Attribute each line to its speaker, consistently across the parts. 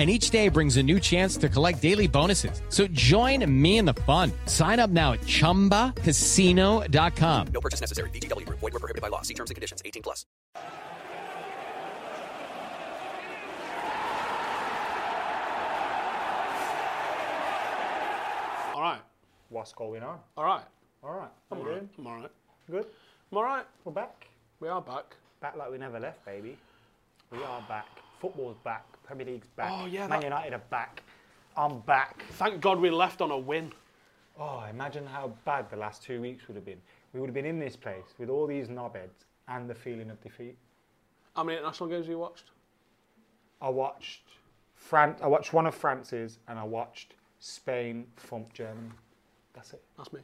Speaker 1: and each day brings a new chance to collect daily bonuses. So join me in the fun. Sign up now at ChumbaCasino.com.
Speaker 2: No purchase necessary. BGW. Void were prohibited by law. See terms and conditions. 18 plus.
Speaker 3: All right.
Speaker 4: What's going on?
Speaker 3: All right.
Speaker 4: All right.
Speaker 3: I'm
Speaker 4: How
Speaker 3: all
Speaker 4: we
Speaker 3: right.
Speaker 4: doing?
Speaker 3: I'm all right.
Speaker 4: Good.
Speaker 3: I'm all right.
Speaker 4: We're back.
Speaker 3: We are back.
Speaker 4: Back like we never left, baby. We are back. Football's back. Premier League's back.
Speaker 3: Oh, yeah,
Speaker 4: Man
Speaker 3: that-
Speaker 4: United are back. I'm back.
Speaker 3: Thank God we left on a win.
Speaker 4: Oh, imagine how bad the last two weeks would have been. We would have been in this place with all these knobheads and the feeling of defeat.
Speaker 3: How many international games have you watched?
Speaker 4: I watched France. I watched one of France's, and I watched Spain thump Germany. That's it.
Speaker 3: That's me.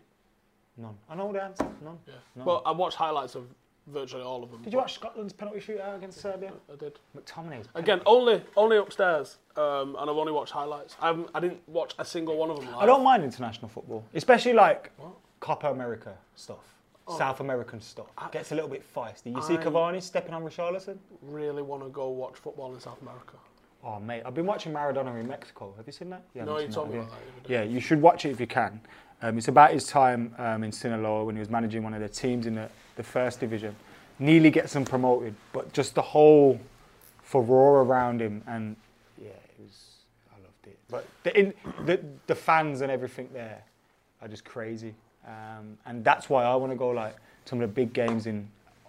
Speaker 4: None. I know the answer. None.
Speaker 3: Yeah.
Speaker 4: None.
Speaker 3: Well, I watched highlights of virtually all of them.
Speaker 4: Did you
Speaker 3: but
Speaker 4: watch Scotland's penalty shootout against Serbia?
Speaker 3: I did.
Speaker 4: McTominay's.
Speaker 3: Uh, Again, only only upstairs, um, and I've only watched highlights. I haven't. I didn't watch a single one of them. Live.
Speaker 4: I don't mind international football, especially like Copa America stuff, South American stuff. Gets a little bit feisty. You see
Speaker 3: Oh. I-
Speaker 4: Cavani stepping on Richarlison?
Speaker 3: really want to go watch football in South America.
Speaker 4: Oh mate, I've been watching Maradona in Mexico. Have you seen that? Yeah, I
Speaker 3: No,
Speaker 4: haven't
Speaker 3: you
Speaker 4: seen
Speaker 3: told me
Speaker 4: have
Speaker 3: about that the
Speaker 4: Yeah, you should watch it if you can. Um, it's about his time um, in Sinaloa when he was managing one of their teams in the, the first division. Nearly gets them promoted, but just the whole furore around him and yeah, it was. I loved it. But the in, the, the fans and everything there are just crazy, um, and that's why I want to go like some of the big games in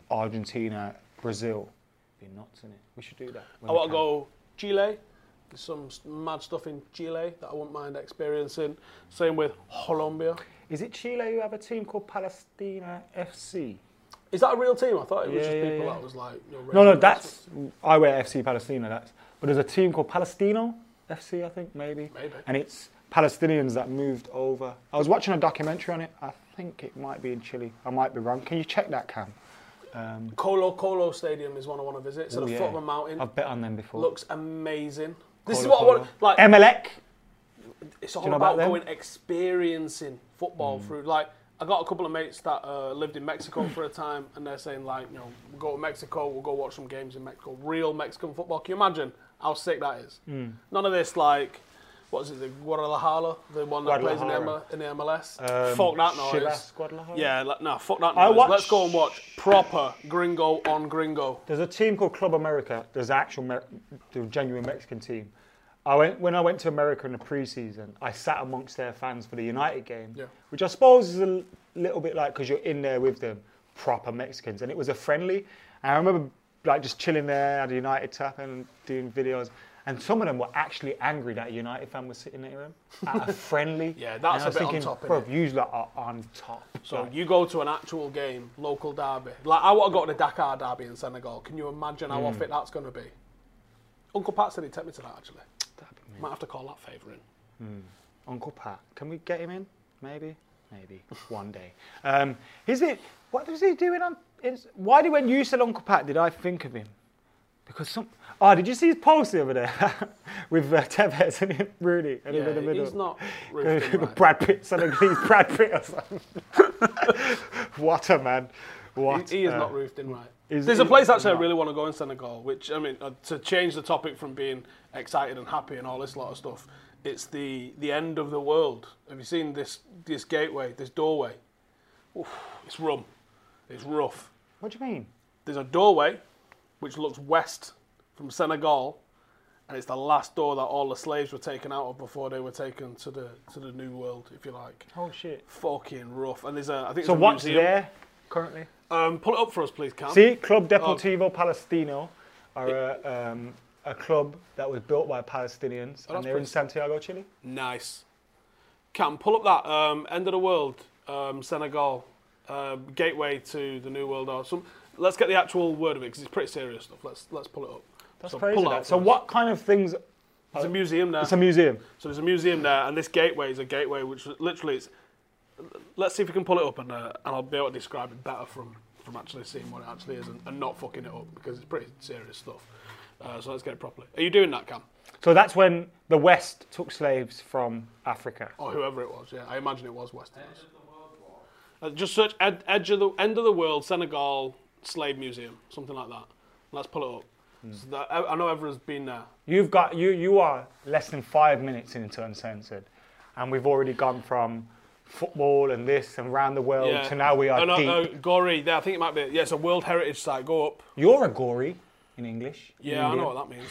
Speaker 4: Argentina, Brazil. Be nuts in it. We should do that. when
Speaker 3: I
Speaker 4: we
Speaker 3: want to
Speaker 4: can.
Speaker 3: go Chile. There's some s- mad stuff in Chile that I wouldn't mind experiencing. Same with Colombia.
Speaker 4: Is it Chile who have a team called Palestina FC?
Speaker 3: Is that a real team? I thought it was
Speaker 4: Yeah,
Speaker 3: just
Speaker 4: yeah,
Speaker 3: people
Speaker 4: yeah.
Speaker 3: that was like. You know,
Speaker 4: No,
Speaker 3: raising
Speaker 4: no,
Speaker 3: their
Speaker 4: that's
Speaker 3: voices.
Speaker 4: I wear FC Palestina. That's but there's a team called Palestino FC, I think maybe.
Speaker 3: Maybe.
Speaker 4: And it's Palestinians that moved over. I was watching a documentary on it. I think it might be in Chile. I might be wrong. Can you check that, Cam?
Speaker 3: Colo Colo Stadium is one I want to visit. It's at
Speaker 4: Oh,
Speaker 3: the
Speaker 4: yeah.
Speaker 3: foot of a mountain.
Speaker 4: I've bet on them before.
Speaker 3: Looks amazing. This is
Speaker 4: Colo
Speaker 3: what I want.
Speaker 4: Colo.
Speaker 3: Like
Speaker 4: Emelec.
Speaker 3: it's all
Speaker 4: you know
Speaker 3: about,
Speaker 4: about them? Mm.
Speaker 3: going experiencing football through like I got a couple of mates that uh, lived in Mexico for a time, and they're saying like, you know, we'll go to Mexico, we'll go watch some games in Mexico, real Mexican football. Can you imagine how sick that is?
Speaker 4: Mm.
Speaker 3: None of this like, what is it, the Guadalajara, the one that plays in the, M-
Speaker 4: Guadalajara.
Speaker 3: in the MLS. fuck that noise.
Speaker 4: Chivas, Guadalajara?
Speaker 3: Yeah, like, nah, fuck that
Speaker 4: I
Speaker 3: noise.
Speaker 4: watch-
Speaker 3: Let's go and watch proper gringo on gringo.
Speaker 4: There's a team called Club America. There's an actual, Mer- the genuine Mexican team. I went when I went to America in the preseason. I sat amongst their fans for the United game,
Speaker 3: Yeah.
Speaker 4: which I suppose is a l- little bit like because you're in there with them, proper Mexicans, and it was a friendly. And I remember like just chilling there at a United tap and doing videos. And some of them were actually angry that a United fan was sitting near them at a friendly.
Speaker 3: Yeah,
Speaker 4: and
Speaker 3: that's
Speaker 4: I
Speaker 3: a
Speaker 4: was
Speaker 3: bit on
Speaker 4: thinking,
Speaker 3: top, innit?
Speaker 4: Bro, you lot are on top.
Speaker 3: So
Speaker 4: Like,
Speaker 3: you go to an actual game, local derby. Like I want to go to the Dakar derby in Senegal. Can you imagine how
Speaker 4: Hmm.
Speaker 3: off it that's going to be? Uncle Pat said he'd take me to that actually. Might have to call that favour in.
Speaker 4: Uncle Pat. Can we get him in? Maybe, maybe one day. Um, is it? What was he doing on? Ins- Why did when you said Uncle Pat, did I think of him? Because some. Oh, did you see his post the other day with uh, Tevez and him- Rooney and him in the
Speaker 3: Yeah,
Speaker 4: middle?
Speaker 3: he's not roofed in,
Speaker 4: with
Speaker 3: right.
Speaker 4: Brad Pitt. Suddenly he's Brad Pitt or something. what a man! What?
Speaker 3: He, he is
Speaker 4: a-
Speaker 3: not roofed in right.
Speaker 4: Is-
Speaker 3: There's a
Speaker 4: is-
Speaker 3: place actually I really want to go in Senegal, which I mean uh, to change the topic from being excited and happy and all this lot of stuff. It's the the end of the world. Have you seen this this gateway, this doorway? Oof, it's rum. It's rough.
Speaker 4: What do you mean?
Speaker 3: There's a doorway which looks west from Senegal, and it's the last door that all the slaves were taken out of before they were taken to the to the new world, if you like.
Speaker 4: Oh shit.
Speaker 3: Fucking rough. And there's a I think
Speaker 4: So
Speaker 3: it's a
Speaker 4: what's
Speaker 3: museum.
Speaker 4: there currently?
Speaker 3: Um, pull it up for us, please, Cam.
Speaker 4: See, Club
Speaker 3: Oh,
Speaker 4: Deportivo Palestino are a, um, a club that was built by Palestinians, and they're in Santiago, Chile.
Speaker 3: Nice. Cam, pull up that um, end of the world, um, Senegal, um, gateway to the new world. Or some. Let's get the actual word of it because it's pretty serious stuff. Let's let's pull it up.
Speaker 4: That's
Speaker 3: So
Speaker 4: crazy.
Speaker 3: pull it
Speaker 4: that.
Speaker 3: up
Speaker 4: So
Speaker 3: first.
Speaker 4: what kind of things?
Speaker 3: There's a museum there.
Speaker 4: It's a museum.
Speaker 3: so there's a museum there, and this gateway is a gateway which literally it's. Let's see if we can pull it up, and uh, and I'll be able to describe it better from from actually seeing what it actually is and, and not fucking it up because it's pretty serious stuff. Uh, so let's get it properly. Are you doing that, Cam?
Speaker 4: So that's when the West took slaves from Africa.
Speaker 3: or whoever it was. Yeah, I imagine it was Westerners. Uh, just search ed- edge of the end of the world Senegal slave museum, something like that. Let's pull it up. So that, I, I know everyone's been there.
Speaker 4: You've got you you are less than five minutes into uncensored, and we've already gone from football and this and round the world
Speaker 3: Yeah.
Speaker 4: to now we are
Speaker 3: Oh, no,
Speaker 4: deep.
Speaker 3: no, Gori, there. I think it might be. Yeah, it's a World Heritage Site. Go up.
Speaker 4: You're a gory in English. in
Speaker 3: Yeah, I
Speaker 4: India.
Speaker 3: know what that means.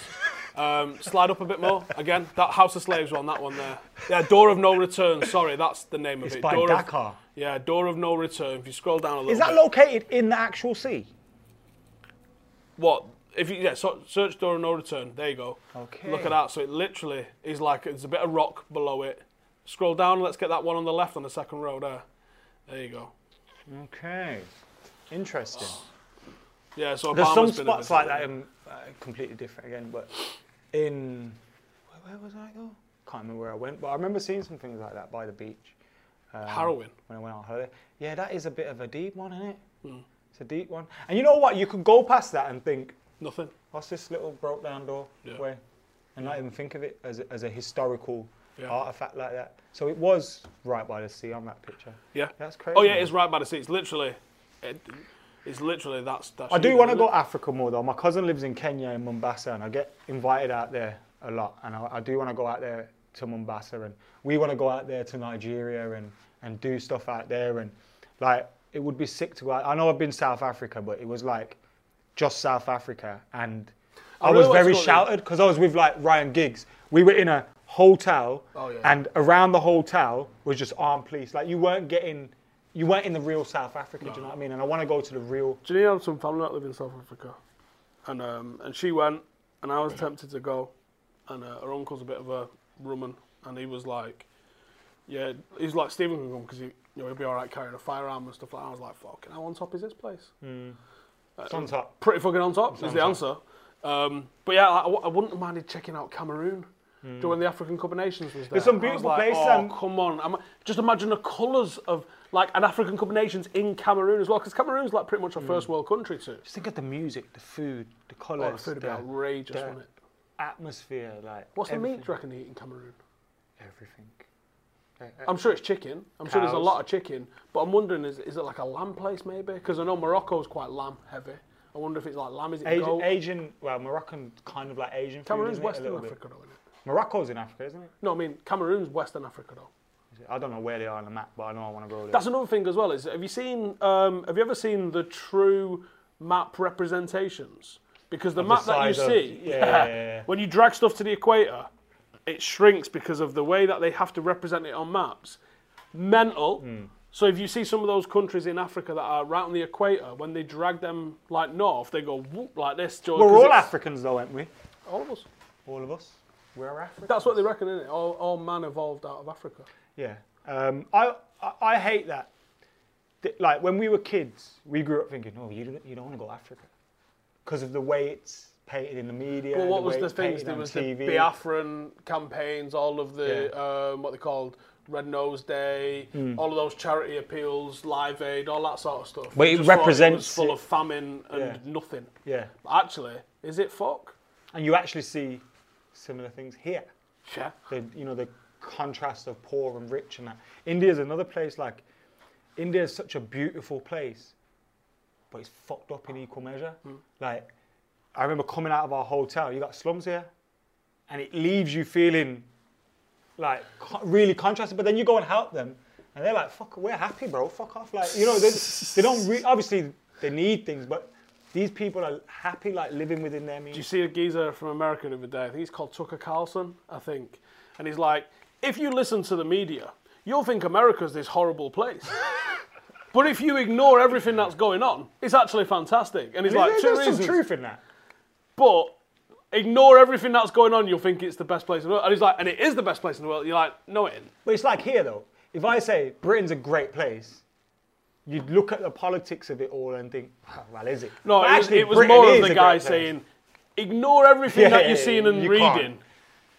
Speaker 3: Um, slide up a bit more. Again, that House of Slaves one, that one there. Yeah, Door of No Return. Sorry, that's the name of
Speaker 4: It's
Speaker 3: it.
Speaker 4: by
Speaker 3: Door of-
Speaker 4: Dakar.
Speaker 3: yeah, Door of No Return. If you scroll down a little
Speaker 4: Is that
Speaker 3: bit.
Speaker 4: located in the actual sea?
Speaker 3: What if you yeah so, search door of no return? There you go.
Speaker 4: Okay.
Speaker 3: Look at that. So it literally is like it's a bit of rock below it. Scroll down. Let's get that one on the left on the second row there. There you go.
Speaker 4: Okay, interesting.
Speaker 3: Yeah. So
Speaker 4: There's some
Speaker 3: Oh. Obama's been a
Speaker 4: spots like
Speaker 3: visitor.
Speaker 4: that in uh, completely different again, but in where, where was I go? Can't remember where I went, but I remember seeing some things like that by the beach
Speaker 3: Harrowing.
Speaker 4: when I went on holiday. Yeah, that is a bit of a deep one, isn't it?
Speaker 3: Hmm.
Speaker 4: It's a deep one. And you know what? You could go past that and think,
Speaker 3: Nothing.
Speaker 4: what's this little broke down door
Speaker 3: Yeah.
Speaker 4: way? And not even think of it as a, as a historical
Speaker 3: Yeah.
Speaker 4: artifact like that. So it was right by the sea on that picture.
Speaker 3: Yeah.
Speaker 4: That's crazy.
Speaker 3: Oh yeah, it's right by the sea. It's literally, it, it's literally that's. that's
Speaker 4: I
Speaker 3: you
Speaker 4: do
Speaker 3: then,
Speaker 4: want to
Speaker 3: isn't
Speaker 4: go
Speaker 3: it?
Speaker 4: Africa more though. My cousin lives in Kenya in Mombasa, and I get invited out there a lot. And I, I do want to go out there to Mombasa, and we want to go out there to Nigeria and and do stuff out there. And like, it would be sick to go. out. I know I've been South Africa, but it was like just South Africa, and I,
Speaker 3: really
Speaker 4: was
Speaker 3: want to
Speaker 4: very
Speaker 3: go there.
Speaker 4: shouted because I was with like Ryan Giggs. We were in a hotel,
Speaker 3: Oh, yeah.
Speaker 4: and around the hotel was just armed police. Like, you weren't getting. You weren't in the real South Africa, do you know what I mean? And I want to go to the real
Speaker 3: Janine had some family that live in South Africa, and um, and she went, and I was tempted to go, and uh, her uncle's a bit of a rumman, and he was like, yeah, he's like Stephen can come because he, you know, he'll be all right carrying a firearm and stuff like. that. I was like, fucking, how on top is this place?
Speaker 4: Hmm.
Speaker 3: Uh,
Speaker 4: It's on top.
Speaker 3: Pretty fucking on top is the answer. Um, but yeah, I, I wouldn't have minded checking out Cameroon. During the African Cup of Nations was there.
Speaker 4: Hmm. There's some
Speaker 3: And I was
Speaker 4: beautiful
Speaker 3: like,
Speaker 4: places
Speaker 3: Oh,
Speaker 4: and-
Speaker 3: come on! I'm, just imagine the colours of like an African Cup of Nations in Cameroon as well, because Cameroon's like pretty
Speaker 4: Hmm.
Speaker 3: much a first world country too.
Speaker 4: Just think of the music, the food, the
Speaker 3: Oh,
Speaker 4: colours,
Speaker 3: the food would be outrageous, wouldn't it?
Speaker 4: atmosphere, like
Speaker 3: What's the
Speaker 4: everything,
Speaker 3: meat do you reckon they eat in Cameroon?
Speaker 4: Everything.
Speaker 3: I'm sure it's chicken. I'm sure there's a
Speaker 4: Uh, Cows.
Speaker 3: lot of chicken, but I'm wondering is, is it like a lamb place maybe? Because I know Morocco's quite lamb heavy. I wonder if it's like lamb. Is it
Speaker 4: Asian,
Speaker 3: goat?
Speaker 4: Asian, well, Moroccan, kind of like Asian. food,
Speaker 3: Cameroon's
Speaker 4: isn't it, a
Speaker 3: Western
Speaker 4: little bit?
Speaker 3: Africa, though, isn't it?
Speaker 4: Morocco's in Africa, isn't it?
Speaker 3: No, I mean Cameroon's Western Africa though.
Speaker 4: Is it? I don't know where they are on the map, but I know I want to go there.
Speaker 3: That's another thing as well. Is have you seen? Um, have you ever seen the true map representations? Because the
Speaker 4: Of the
Speaker 3: map that you
Speaker 4: size of-
Speaker 3: see,
Speaker 4: yeah, yeah, yeah, yeah.
Speaker 3: when you drag stuff to the equator, it shrinks because of the way that they have to represent it on maps. Mental.
Speaker 4: Hmm.
Speaker 3: So if you see some of those countries in Africa that are right on the equator, when they drag them like north, they go whoop like this. Joe,
Speaker 4: We're
Speaker 3: 'cause
Speaker 4: all
Speaker 3: it's-
Speaker 4: Africans, though, aren't we?
Speaker 3: All of us.
Speaker 4: All of us. We're Africans.
Speaker 3: That's what they reckon, isn't it? All, all man evolved out of Africa.
Speaker 4: Yeah. Um, I, I I hate that. Th- Like when we were kids, we grew up thinking, "Oh, you don't you don't want to go to Africa," because of the way it's painted in the media.
Speaker 3: Well, what was
Speaker 4: way
Speaker 3: the
Speaker 4: it's
Speaker 3: things?
Speaker 4: painted
Speaker 3: There
Speaker 4: on
Speaker 3: was
Speaker 4: TV.
Speaker 3: the Biafran campaigns, all of the um, what they called Red Nose Day,
Speaker 4: Hmm.
Speaker 3: all of those charity appeals, Live Aid, all that sort of stuff.
Speaker 4: But
Speaker 3: You
Speaker 4: it
Speaker 3: just thought
Speaker 4: represents
Speaker 3: was full
Speaker 4: it-
Speaker 3: of famine and
Speaker 4: Yeah.
Speaker 3: nothing.
Speaker 4: Yeah.
Speaker 3: But Actually, is it fuck?
Speaker 4: And you actually see similar things here.
Speaker 3: Yeah.
Speaker 4: The you know the contrast of poor and rich and that. India's another place like India is such a beautiful place, but it's fucked up in equal measure. Like, I remember coming out of our hotel, you got slums here, and it leaves you feeling like co- really contrasted. But then you go and help them, and they're like, "Fuck, we're happy, bro. Fuck off." Like, you know, they, they don't re- obviously they need things, but these people are happy, like living within their means.
Speaker 3: You see a geezer from America the other day. I think he's called Tucker Carlson, I think. And he's like, if you listen to the media, you'll think America's this horrible place. but if you ignore everything that's going on, it's actually fantastic. And he's
Speaker 4: There-
Speaker 3: like, two
Speaker 4: there's
Speaker 3: reasons.
Speaker 4: some truth in that.
Speaker 3: But ignore everything that's going on, you'll think it's the best place in the world. And he's like, and it is the best place in the world. You're like, no, it isn't.
Speaker 4: But it's like here though. If I say Britain's a great place, you'd look at the politics of it all and think, "Oh, well, is it?
Speaker 3: No, it
Speaker 4: But
Speaker 3: was,
Speaker 4: actually,
Speaker 3: it was
Speaker 4: Britain
Speaker 3: more of
Speaker 4: is
Speaker 3: the
Speaker 4: a great
Speaker 3: guy
Speaker 4: place.
Speaker 3: saying, ignore everything
Speaker 4: Yeah,
Speaker 3: that
Speaker 4: yeah,
Speaker 3: you're
Speaker 4: yeah,
Speaker 3: seeing and
Speaker 4: you
Speaker 3: reading,
Speaker 4: can't.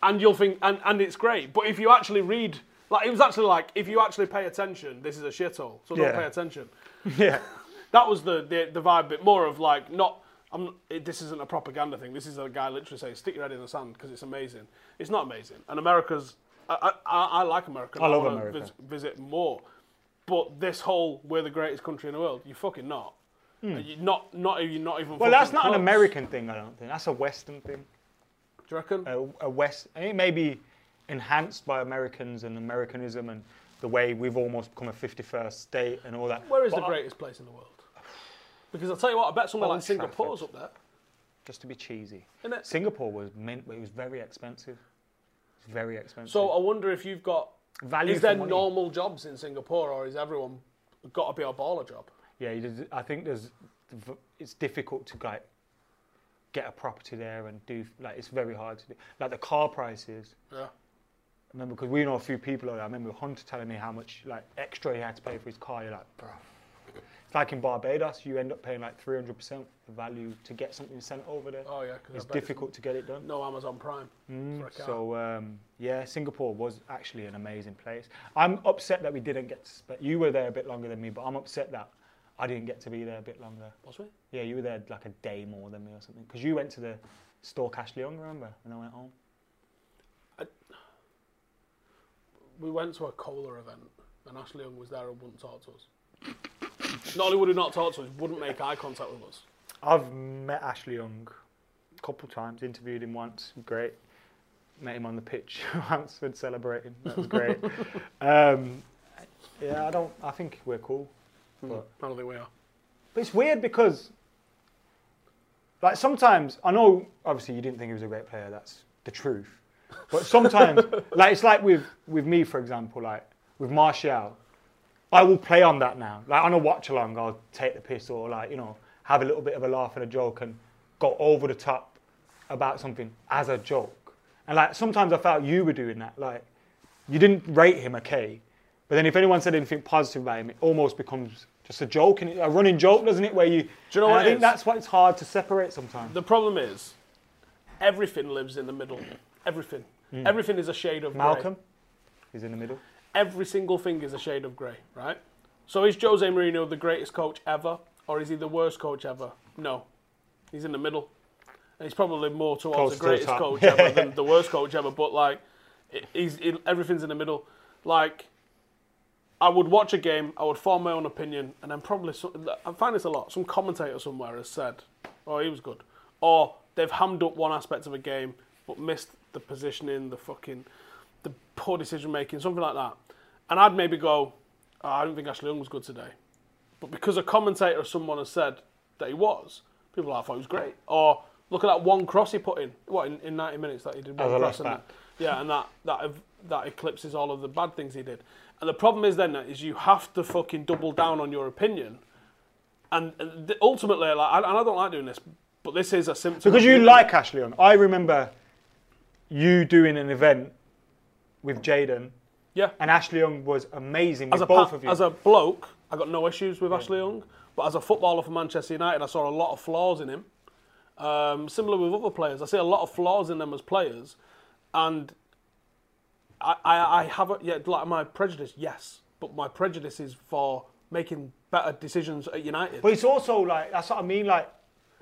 Speaker 3: and you'll think, and, and it's great. But if you actually read, like, it was actually like, if you actually pay attention, this is a shithole, so
Speaker 4: Yeah.
Speaker 3: don't pay attention.
Speaker 4: yeah,
Speaker 3: That was the, the, the vibe bit more of like, not, I'm, it, this isn't a propaganda thing. This is a guy literally saying, stick your head in the sand because it's amazing. It's not amazing. And America's, I, I- I, I like America. and
Speaker 4: I love
Speaker 3: wanna
Speaker 4: America.
Speaker 3: vis- visit more. But this whole, we're the greatest country in the world, you're fucking not. You're not, not, you're not even
Speaker 4: Hmm. well, that's
Speaker 3: fucking
Speaker 4: not an
Speaker 3: close.
Speaker 4: American thing. I don't think that's a Western thing.
Speaker 3: Do you reckon?
Speaker 4: a, a West, and it may be enhanced by Americans and Americanism and the way we've almost become a 51st state and all that.
Speaker 3: Where is
Speaker 4: But uh,
Speaker 3: the
Speaker 4: I-
Speaker 3: greatest place in the world? Because I'll tell you what, I bet somewhere
Speaker 4: Old
Speaker 3: like Singapore's up
Speaker 4: Trafford.
Speaker 3: there.
Speaker 4: Just to be cheesy.
Speaker 3: Innit?
Speaker 4: Singapore was meant, but it was very expensive. It's very expensive.
Speaker 3: So I wonder if you've got.
Speaker 4: Value
Speaker 3: is
Speaker 4: for
Speaker 3: there
Speaker 4: money.
Speaker 3: normal jobs in Singapore, or is everyone got to be a baller job?
Speaker 4: yeah, you just- I think there's, it's difficult to like get a property there and do like it's very hard to do. Like the car prices.
Speaker 3: Yeah.
Speaker 4: I remember because we know a few people. over there. I remember Hunter telling me how much like extra he had to pay for his car. You're like, bro. It's like in Barbados, you end up paying like 300 percent the value to get something sent over there.
Speaker 3: Oh, yeah, 'cause I
Speaker 4: it's
Speaker 3: bet it's-
Speaker 4: difficult to get it done.
Speaker 3: No Amazon Prime. for a car.
Speaker 4: Hmm, So um, yeah, Singapore was actually an amazing place. I'm upset that we didn't get. To, spe- you were there a bit longer than me, but I'm upset that I didn't get to be there a bit longer.
Speaker 3: Was we?
Speaker 4: Yeah, you were there like a day more than me or something because you went to the store Cash Leon, remember? And I went "Oh." home.
Speaker 3: We went to a cola event, and Ashley Young was there and wouldn't talk to us. not only would he not talk to us, he wouldn't make eye contact with us.
Speaker 4: I've met Ashley Young a couple times, interviewed him once, great. Met him on the pitch once, we celebrating, that was great. um, yeah, I don't, I think we're cool. But,
Speaker 3: I don't think we are.
Speaker 4: but it's weird because, like, sometimes, I know obviously you didn't think he was a great player, that's the truth. But sometimes, like, it's like with, with me, for example, like, with Martial, I will play on that now. Like on a watch along, I'll take the piss or like you know have a little bit of a laugh and a joke and go over the top about something as a joke. And like sometimes I felt you were doing that. Like you didn't rate him okay, but then if anyone said anything positive about him, it almost becomes just a joke and a running joke, doesn't it? Where you do
Speaker 3: you know what
Speaker 4: I
Speaker 3: it
Speaker 4: think
Speaker 3: is?
Speaker 4: that's why it's hard to separate sometimes.
Speaker 3: The problem is, everything lives in the middle. Everything. Everything is a shade of grey.
Speaker 4: Hmm. Malcolm is in the middle.
Speaker 3: every single thing is a shade of grey, right? So is Jose Mourinho the greatest coach ever, or is he the worst coach ever? No, he's in the middle, and he's probably more towards
Speaker 4: Close to
Speaker 3: the
Speaker 4: the
Speaker 3: greatest
Speaker 4: top.
Speaker 3: coach ever than the worst coach ever. But like, it- he's it, everything's in the middle. Like, I would watch a game, I would form my own opinion, and then probably some, I find this a lot. Some commentator somewhere has said, "Oh, he was good," or they've hammed up one aspect of a game but missed the positioning, the fucking, the poor decision making, something like that. And I'd maybe go, oh, "I don't think Ashley Young was good today," but because a commentator or someone has said that he was, people are like, "I thought he was great," or "Look at that one cross he put in." What in, in ninety minutes that he did one
Speaker 4: As a
Speaker 3: cross
Speaker 4: left
Speaker 3: and-
Speaker 4: back.
Speaker 3: yeah, and that that ev- that eclipses all of the bad things he did. And the problem is then is you have to fucking double down on your opinion, and, and th- ultimately, like, I, and I don't like doing this, but this is a symptom.
Speaker 4: Because
Speaker 3: of
Speaker 4: you
Speaker 3: me.
Speaker 4: like Ashley on. I remember you doing an event with Jaden.
Speaker 3: yeah.
Speaker 4: And Ashley Young was amazing with
Speaker 3: as a
Speaker 4: both
Speaker 3: pa-
Speaker 4: of you.
Speaker 3: as a bloke, I got no issues with Ashley Young, but as a footballer for Manchester United, I saw a lot of flaws in him. Um, similar with other players, I see a lot of flaws in them as players, and I, I, I haven't yet like my prejudice, yes, but my prejudice is for making better decisions at United.
Speaker 4: but it's also like that's what I mean. Like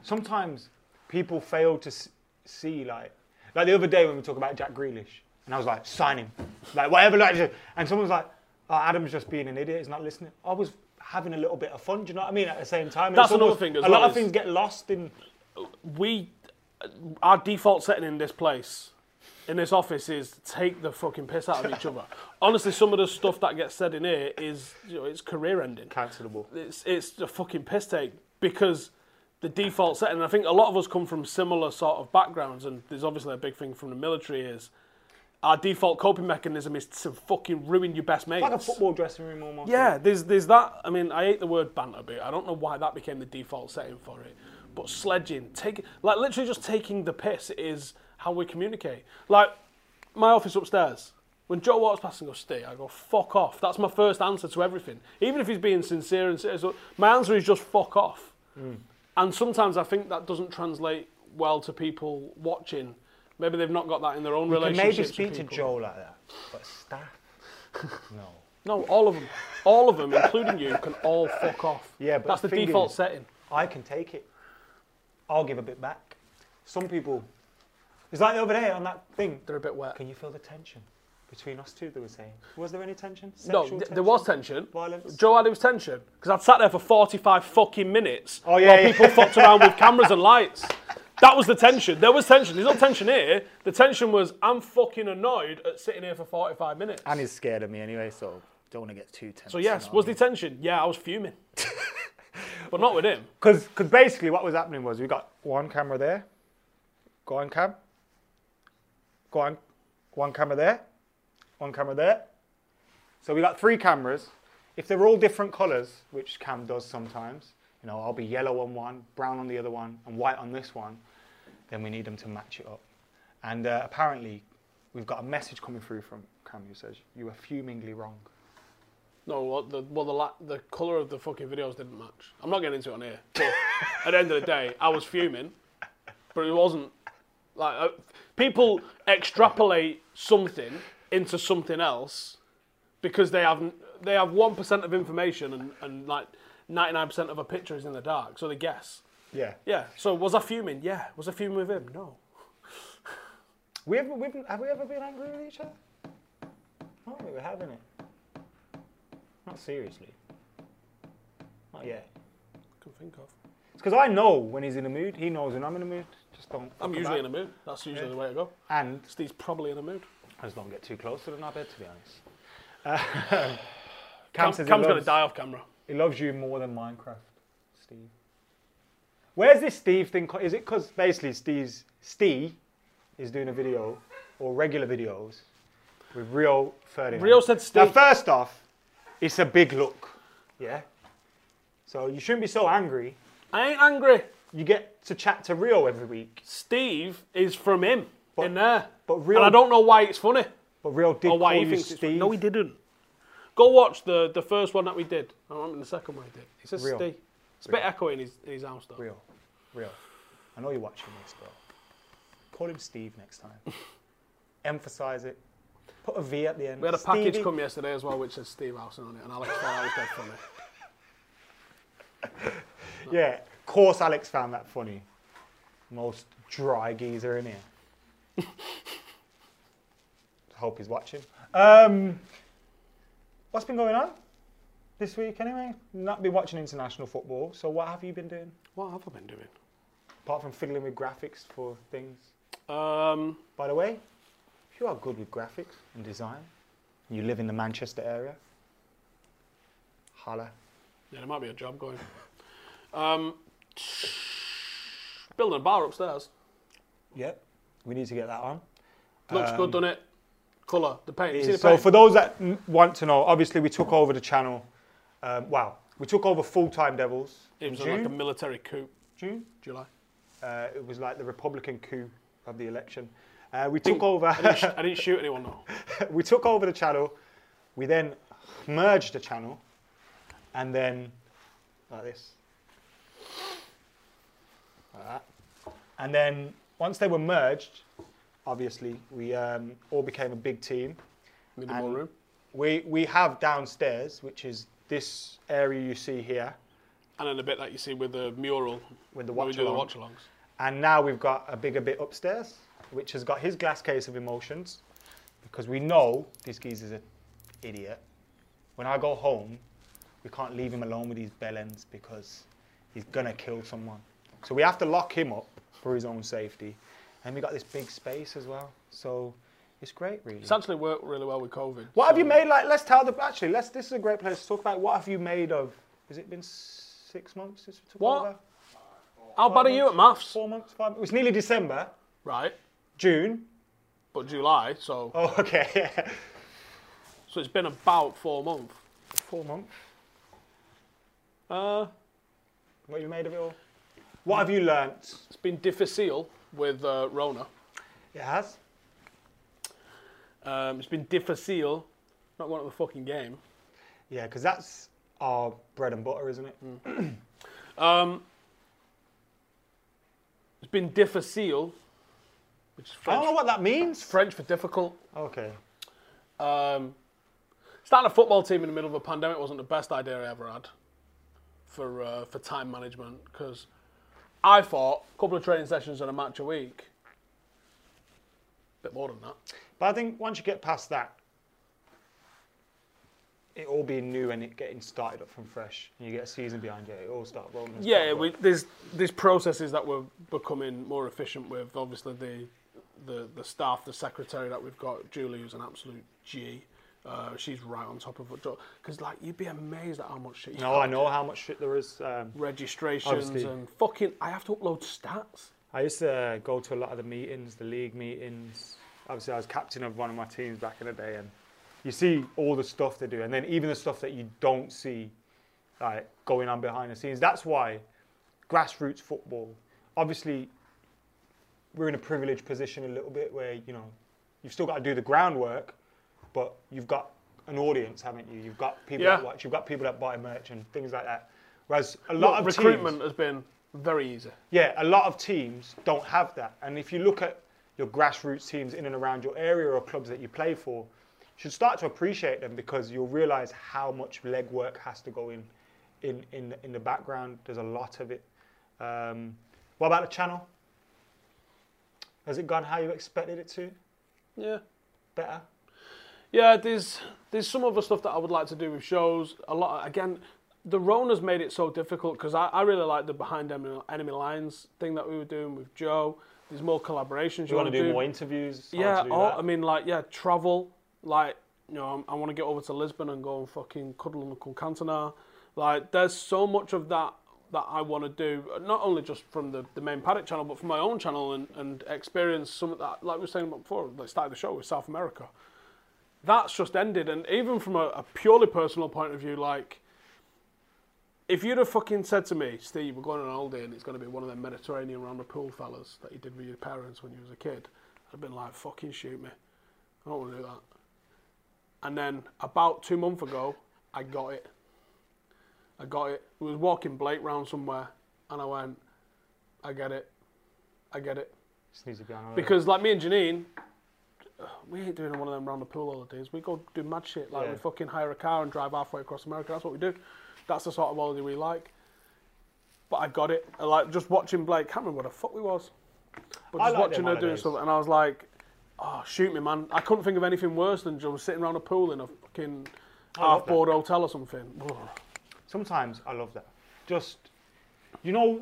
Speaker 4: sometimes people fail to s- see like like the other day when we talk about Jack Grealish, and I was like sign him, like whatever. Like, and someone's like, oh, Adam's just being an idiot. He's not listening. I was having a little bit of fun. Do you know what I mean? At the same time, And
Speaker 3: That's
Speaker 4: it's
Speaker 3: another
Speaker 4: almost-
Speaker 3: thing as well
Speaker 4: a lot of
Speaker 3: is-
Speaker 4: things get lost in.
Speaker 3: we our default setting in this place in this office is take the fucking piss out of each other honestly some of the stuff that gets said in here is you know it's career ending
Speaker 4: Cancelable.
Speaker 3: it's it's a fucking piss take because the default setting and i think a lot of us come from similar sort of backgrounds and there's obviously a big thing from the military is our default coping mechanism is to fucking ruin your best mates
Speaker 4: Like a football dressing room almost.
Speaker 3: yeah, there's there's that. I mean, I hate the word banter bit. I don't know why that became the default setting for it. But sledging, take like literally just taking the piss is how we communicate. Like my office upstairs. When Joe walks past and goes, stay, I go, fuck off. That's my first answer to everything. Even if he's being sincere and serious, my answer is just fuck off.
Speaker 4: Hmm.
Speaker 3: And sometimes I think that doesn't translate well to people watching. Maybe they've not got that in their own
Speaker 4: You can
Speaker 3: relationship.
Speaker 4: maybe speak to Joe like that, but staff. No.
Speaker 3: No, all of them. All of them, including you, can all fuck off.
Speaker 4: Yeah, but
Speaker 3: That's the
Speaker 4: thing
Speaker 3: default
Speaker 4: is-
Speaker 3: setting.
Speaker 4: I can take it. I'll give a bit back. Some people. It's like the other day on that thing.
Speaker 3: They're a bit wet.
Speaker 4: Can you feel the tension between us two? They were saying. Was there any tension?
Speaker 3: No,
Speaker 4: Sexual
Speaker 3: th- there was tension.
Speaker 4: Violence.
Speaker 3: Joe had his tension because I'd sat there for 45 fucking minutes
Speaker 4: Oh, yeah,
Speaker 3: while
Speaker 4: yeah.
Speaker 3: people fucked around with cameras and lights. That was the tension. There was tension. There's no tension here. The tension was I'm fucking annoyed at sitting here for 45 minutes.
Speaker 4: And "Oh, he's scared of me anyway, so don't want to get too tense.
Speaker 3: so yes, was there tension? Yeah, I was fuming, but not with him.
Speaker 4: Because basically what was happening was we got one camera there. Go on, cam. Go on. One camera there. One camera there. So we got three cameras. If they're all different colours, which Cam does sometimes, you know, I'll be yellow on one, brown on the other one, and white on this one, then we need them to match it up. And uh, apparently, we've got a message coming through from Cam who says, You were fumingly wrong.
Speaker 3: No, well, the well the la- the color of the fucking videos didn't match. I'm not getting into it on here. But at the end of the day, I was fuming, but it wasn't like uh, people extrapolate something into something else because they have they have one percent of information and, and like ninety nine percent of a picture is in the dark, so they guess.
Speaker 4: Yeah.
Speaker 3: Yeah. So was I fuming? Yeah. Was I fuming with him? No.
Speaker 4: We have, we've, have we ever been angry with each other? I don't think we have, innit? Not seriously. Not yet.
Speaker 3: I can think of.
Speaker 4: It's because I know when he's in the mood. He knows when I'm in the mood. Just don't.
Speaker 3: I'm usually in a mood. That's usually the way I go.
Speaker 4: And
Speaker 3: Steve's probably in a mood.
Speaker 4: I just don't get too close to the knobhead, to be honest. Uh, Cam,
Speaker 3: Cam,
Speaker 4: says
Speaker 3: Cam's
Speaker 4: he
Speaker 3: gonna
Speaker 4: loves-
Speaker 3: die off camera.
Speaker 4: He loves you more than Minecraft, Steve. Where's this Steve thing? co- Is it because basically Steve's Steve is doing a video or regular videos with Rio Ferdinand?
Speaker 3: Rio said
Speaker 4: Now,
Speaker 3: Steve.
Speaker 4: first off, it's a big look. Yeah. So you shouldn't be so angry.
Speaker 3: I ain't angry.
Speaker 4: You get to chat to Rio every week,
Speaker 3: Steve is from him
Speaker 4: But-
Speaker 3: in there.
Speaker 4: but real-
Speaker 3: and I don't know why it's funny
Speaker 4: but Rio did
Speaker 3: or Oh, why
Speaker 4: call
Speaker 3: he
Speaker 4: you
Speaker 3: thinks it's funny.
Speaker 4: Steve.
Speaker 3: No, he didn't. Go watch the, the first one that we did. Oh, I remember the second one he did. He says
Speaker 4: Real.
Speaker 3: Steve. It's a bit echo in his, in his house, though.
Speaker 4: Real, real. I know you're watching this, bro. Call him Steve next time. Emphasize it. Put a V at the end.
Speaker 3: We had a package
Speaker 4: Stevie.
Speaker 3: come yesterday as well, which says Steve Howson on it, and Alex thought that was dead funny.
Speaker 4: Yeah, of course Alex found that funny. Most dry geezer in here. Hope he's watching. Um, what's been going on this week anyway? Not been watching international football. So what have you been doing
Speaker 3: What have I been doing?
Speaker 4: apart from fiddling with graphics for things?
Speaker 3: Um,
Speaker 4: By the way, if you are good with graphics and design, and you live in the Manchester area, holla.
Speaker 3: yeah, there might be a job going. Um, building a bar upstairs.
Speaker 4: Yep. We need to get that on.
Speaker 3: Looks good, doesn't it? Colour, the paint. You see the
Speaker 4: Um, So
Speaker 3: paint?
Speaker 4: for those that n- want to know, obviously we took over the channel. Um, wow, we took over full time Devils.
Speaker 3: it
Speaker 4: in
Speaker 3: was
Speaker 4: June.
Speaker 3: like a military coup.
Speaker 4: June.
Speaker 3: July.
Speaker 4: Uh, it was like the Republican coup of the election. Uh, we took over.
Speaker 3: I didn't shoot anyone though.
Speaker 4: we took over the channel. We then merged the channel, and then like this, like that, and then once they were merged, obviously we um, all became a big team.
Speaker 3: In the
Speaker 4: And
Speaker 3: ballroom.
Speaker 4: We we have downstairs, which is this area you see here,
Speaker 3: And then the bit that you see with the mural.
Speaker 4: With the
Speaker 3: where we do the
Speaker 4: watch-along.
Speaker 3: watch alongs.
Speaker 4: and now we've got a bigger bit upstairs, which has got his glass case of emotions, because we know this geezer's an idiot. When I go home, we can't leave him alone with these bell ends because he's gonna kill someone. So we have to lock him up for his own safety, and we got this big space as well. So it's great, really.
Speaker 3: It's actually worked really well with COVID.
Speaker 4: What have you made? Like, let's tell the actually. Let's. This is a great place to talk about. What have you made of? Has it been six months since we took
Speaker 3: What?
Speaker 4: over?
Speaker 3: How bad are you at maths?
Speaker 4: Four months. Five. It was nearly December.
Speaker 3: Right,
Speaker 4: June.
Speaker 3: but July, so
Speaker 4: Oh, okay. Yeah.
Speaker 3: so it's been about four months.
Speaker 4: Four months.
Speaker 3: Uh,
Speaker 4: What have you made of it all? What have you learnt?
Speaker 3: it's been difficile with uh, Rona.
Speaker 4: It has.
Speaker 3: Um, it's been difficile not going to the fucking game.
Speaker 4: Yeah, because that's our bread and butter, isn't it?
Speaker 3: It's been difficile, which is
Speaker 4: I
Speaker 3: French,
Speaker 4: don't know what that means. Oh,
Speaker 3: French for difficult.
Speaker 4: Okay.
Speaker 3: Um, starting a football team in the middle of a pandemic wasn't the best idea I ever had for uh, for time management because I thought a couple of training sessions and a match a week. Bit more than that.
Speaker 4: But I think once you get past that, it all being new and it getting started up from fresh, and you get a season behind you, it all start rolling. and
Speaker 3: Yeah,
Speaker 4: start
Speaker 3: we,
Speaker 4: rolling.
Speaker 3: there's there's processes that we're becoming more efficient with. Obviously, the the the staff, the secretary that we've got, Julie, who's an absolute G. Uh, she's right on top of it because, like, you'd be amazed at how much shit. You
Speaker 4: No,
Speaker 3: have
Speaker 4: I
Speaker 3: to
Speaker 4: know how much shit there is. Um,
Speaker 3: registrations
Speaker 4: Obviously.
Speaker 3: and fucking. I have to upload stats.
Speaker 4: I used to uh, go to a lot of the meetings, the league meetings. Obviously, I was captain of one of my teams back in the day, and you see all the stuff they do, and then even the stuff that you don't see, like going on behind the scenes. That's why grassroots football. Obviously, we're in a privileged position a little bit where you know you've still got to do the groundwork, but you've got an audience, haven't you? You've got people
Speaker 3: Yeah.
Speaker 4: that watch, you've got people that buy merch and things like that. Whereas a lot
Speaker 3: lot
Speaker 4: of
Speaker 3: of
Speaker 4: teams-
Speaker 3: recruitment has been very easy.
Speaker 4: yeah, a lot of teams don't have that. And if you look at your grassroots teams in and around your area or clubs that you play for, you should start to appreciate them because you'll realise how much legwork has to go in, in, in, in the background. There's a lot of it. Um, what about the channel? Has it gone how you expected it to?
Speaker 3: Yeah,
Speaker 4: Better?
Speaker 3: yeah. There's there's some other stuff that I would like to do with shows. A lot again. The Rona's made it so difficult because I, I really like the behind enemy, enemy lines thing that we were doing with Joe. There's more collaborations.
Speaker 4: You want to do more
Speaker 3: interviews.
Speaker 4: interviews? How
Speaker 3: Yeah,
Speaker 4: to do
Speaker 3: or,
Speaker 4: that?
Speaker 3: I mean, like, yeah, travel. Like, you know, I'm- i want to get over to Lisbon and go and fucking cuddle on Uncle Cantona. Like, there's so much of that that I want to do, not only just from the, the main Paddock channel, but from my own channel and, and experience some of that. Like we were saying about before, like started the show with South America. That's just ended. And even from a, a purely personal point of view, like, if you'd have fucking said to me, Steve, we're going on holiday and it's going to be one of them Mediterranean round the pool fellas that you did with your parents when you was a kid, I'd have been like, fucking shoot me. I don't want to do that. And then about two months ago, I got it. I got it. We was walking Blake round somewhere and I went, I get it. I get it.
Speaker 4: Just needs to be on holiday.
Speaker 3: Because like me and Janine, uh, we ain't doing one of them round the pool holidays. We go do mad shit. Like we
Speaker 4: Yeah.
Speaker 3: fucking hire a car and drive halfway across America. That's what we do. That's the sort of holiday we like. But I got it. I like just watching Blake. Can't remember what the fuck we was. But
Speaker 4: I
Speaker 3: just
Speaker 4: like
Speaker 3: watching
Speaker 4: them
Speaker 3: her doing
Speaker 4: holidays.
Speaker 3: something, and I was like, "Oh, shoot me, man!" I couldn't think of anything worse than just sitting around a pool in a fucking
Speaker 4: love
Speaker 3: half-board hotel or something. Ugh.
Speaker 4: sometimes I love that. Just, you know,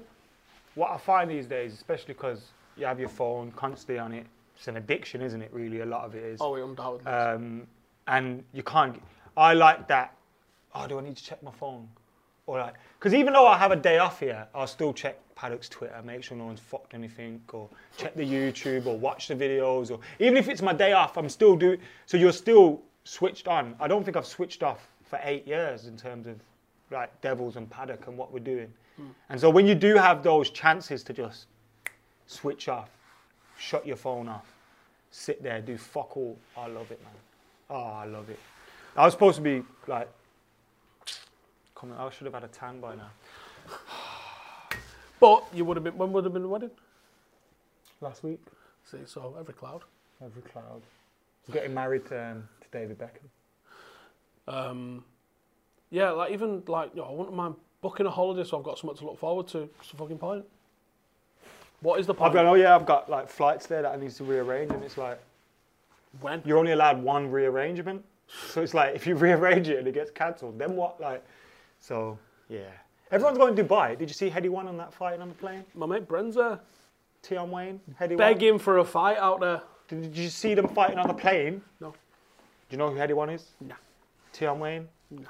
Speaker 4: what I find these days, especially because you have your phone constantly on it, it's an addiction, isn't it? Really, a lot of it is.
Speaker 3: Oh, it undoubtedly. is.
Speaker 4: Um, and you can't. Get, I like that. Oh, do I need to check my phone? All right. Because even though I have a day off here, I'll still check Paddock's Twitter, make sure no one's fucked anything, or check the YouTube, or watch the videos, or even if it's my day off, I'm still doing. So you're still switched on. I don't think I've switched off for eight years in terms of like Devils and Paddock and what we're doing. And so when you do have those chances to just switch off, shut your phone off, sit there, do fuck all. I love it, man. Oh, I love it. I was supposed to be like, coming. I should have had a tan by now.
Speaker 3: but you would have been. When would have been the wedding?
Speaker 4: Last week,
Speaker 3: See, so every cloud.
Speaker 4: every cloud. We're getting married um, to David Beckham.
Speaker 3: Um, yeah, like even like you know, I wouldn't mind booking a holiday, so I've got something to look forward to. What's the fucking point? What is the
Speaker 4: I've
Speaker 3: point?
Speaker 4: got, oh yeah, I've got like flights there that I need to rearrange, and it's like
Speaker 3: when?
Speaker 4: you're only allowed one rearrangement. So it's like if you rearrange it and it gets cancelled, then what? Like So yeah, everyone's going to Dubai. Did you see Heady One on that fight on the plane?
Speaker 3: My mate Bren's there,
Speaker 4: Tion Wayne, Heady One.
Speaker 3: begging for a fight out there.
Speaker 4: Did, did you see them fighting on the plane?
Speaker 3: No.
Speaker 4: Do you know who Heady One is?
Speaker 3: Nah,
Speaker 4: Tion Wayne.
Speaker 3: No.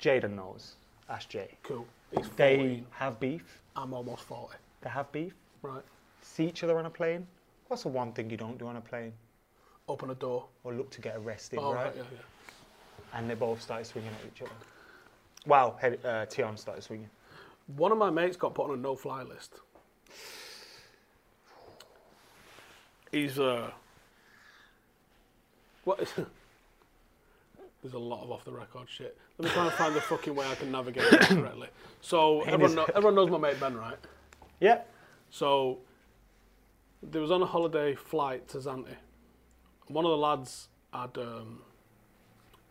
Speaker 4: Jaden knows. Ask Jay.
Speaker 3: cool. He's 40.
Speaker 4: They have beef.
Speaker 3: I'm almost 40.
Speaker 4: They have beef.
Speaker 3: Right.
Speaker 4: See each other on a plane. What's the one thing you don't do on a plane?
Speaker 3: Open a door.
Speaker 4: Or look to get arrested,
Speaker 3: All right.
Speaker 4: right?
Speaker 3: Oh, yeah, yeah.
Speaker 4: And they both started swinging at each other. Wow, Heady, uh, Tion started swinging.
Speaker 3: One of my mates got put on a no-fly list. He's uh, what? Is, there's a lot of off-the-record shit. Let me try and find the fucking way I can navigate this correctly. So everyone, kno- everyone knows my mate Ben, right?
Speaker 4: Yeah.
Speaker 3: So they was on a holiday flight to Zante. One of the lads had um,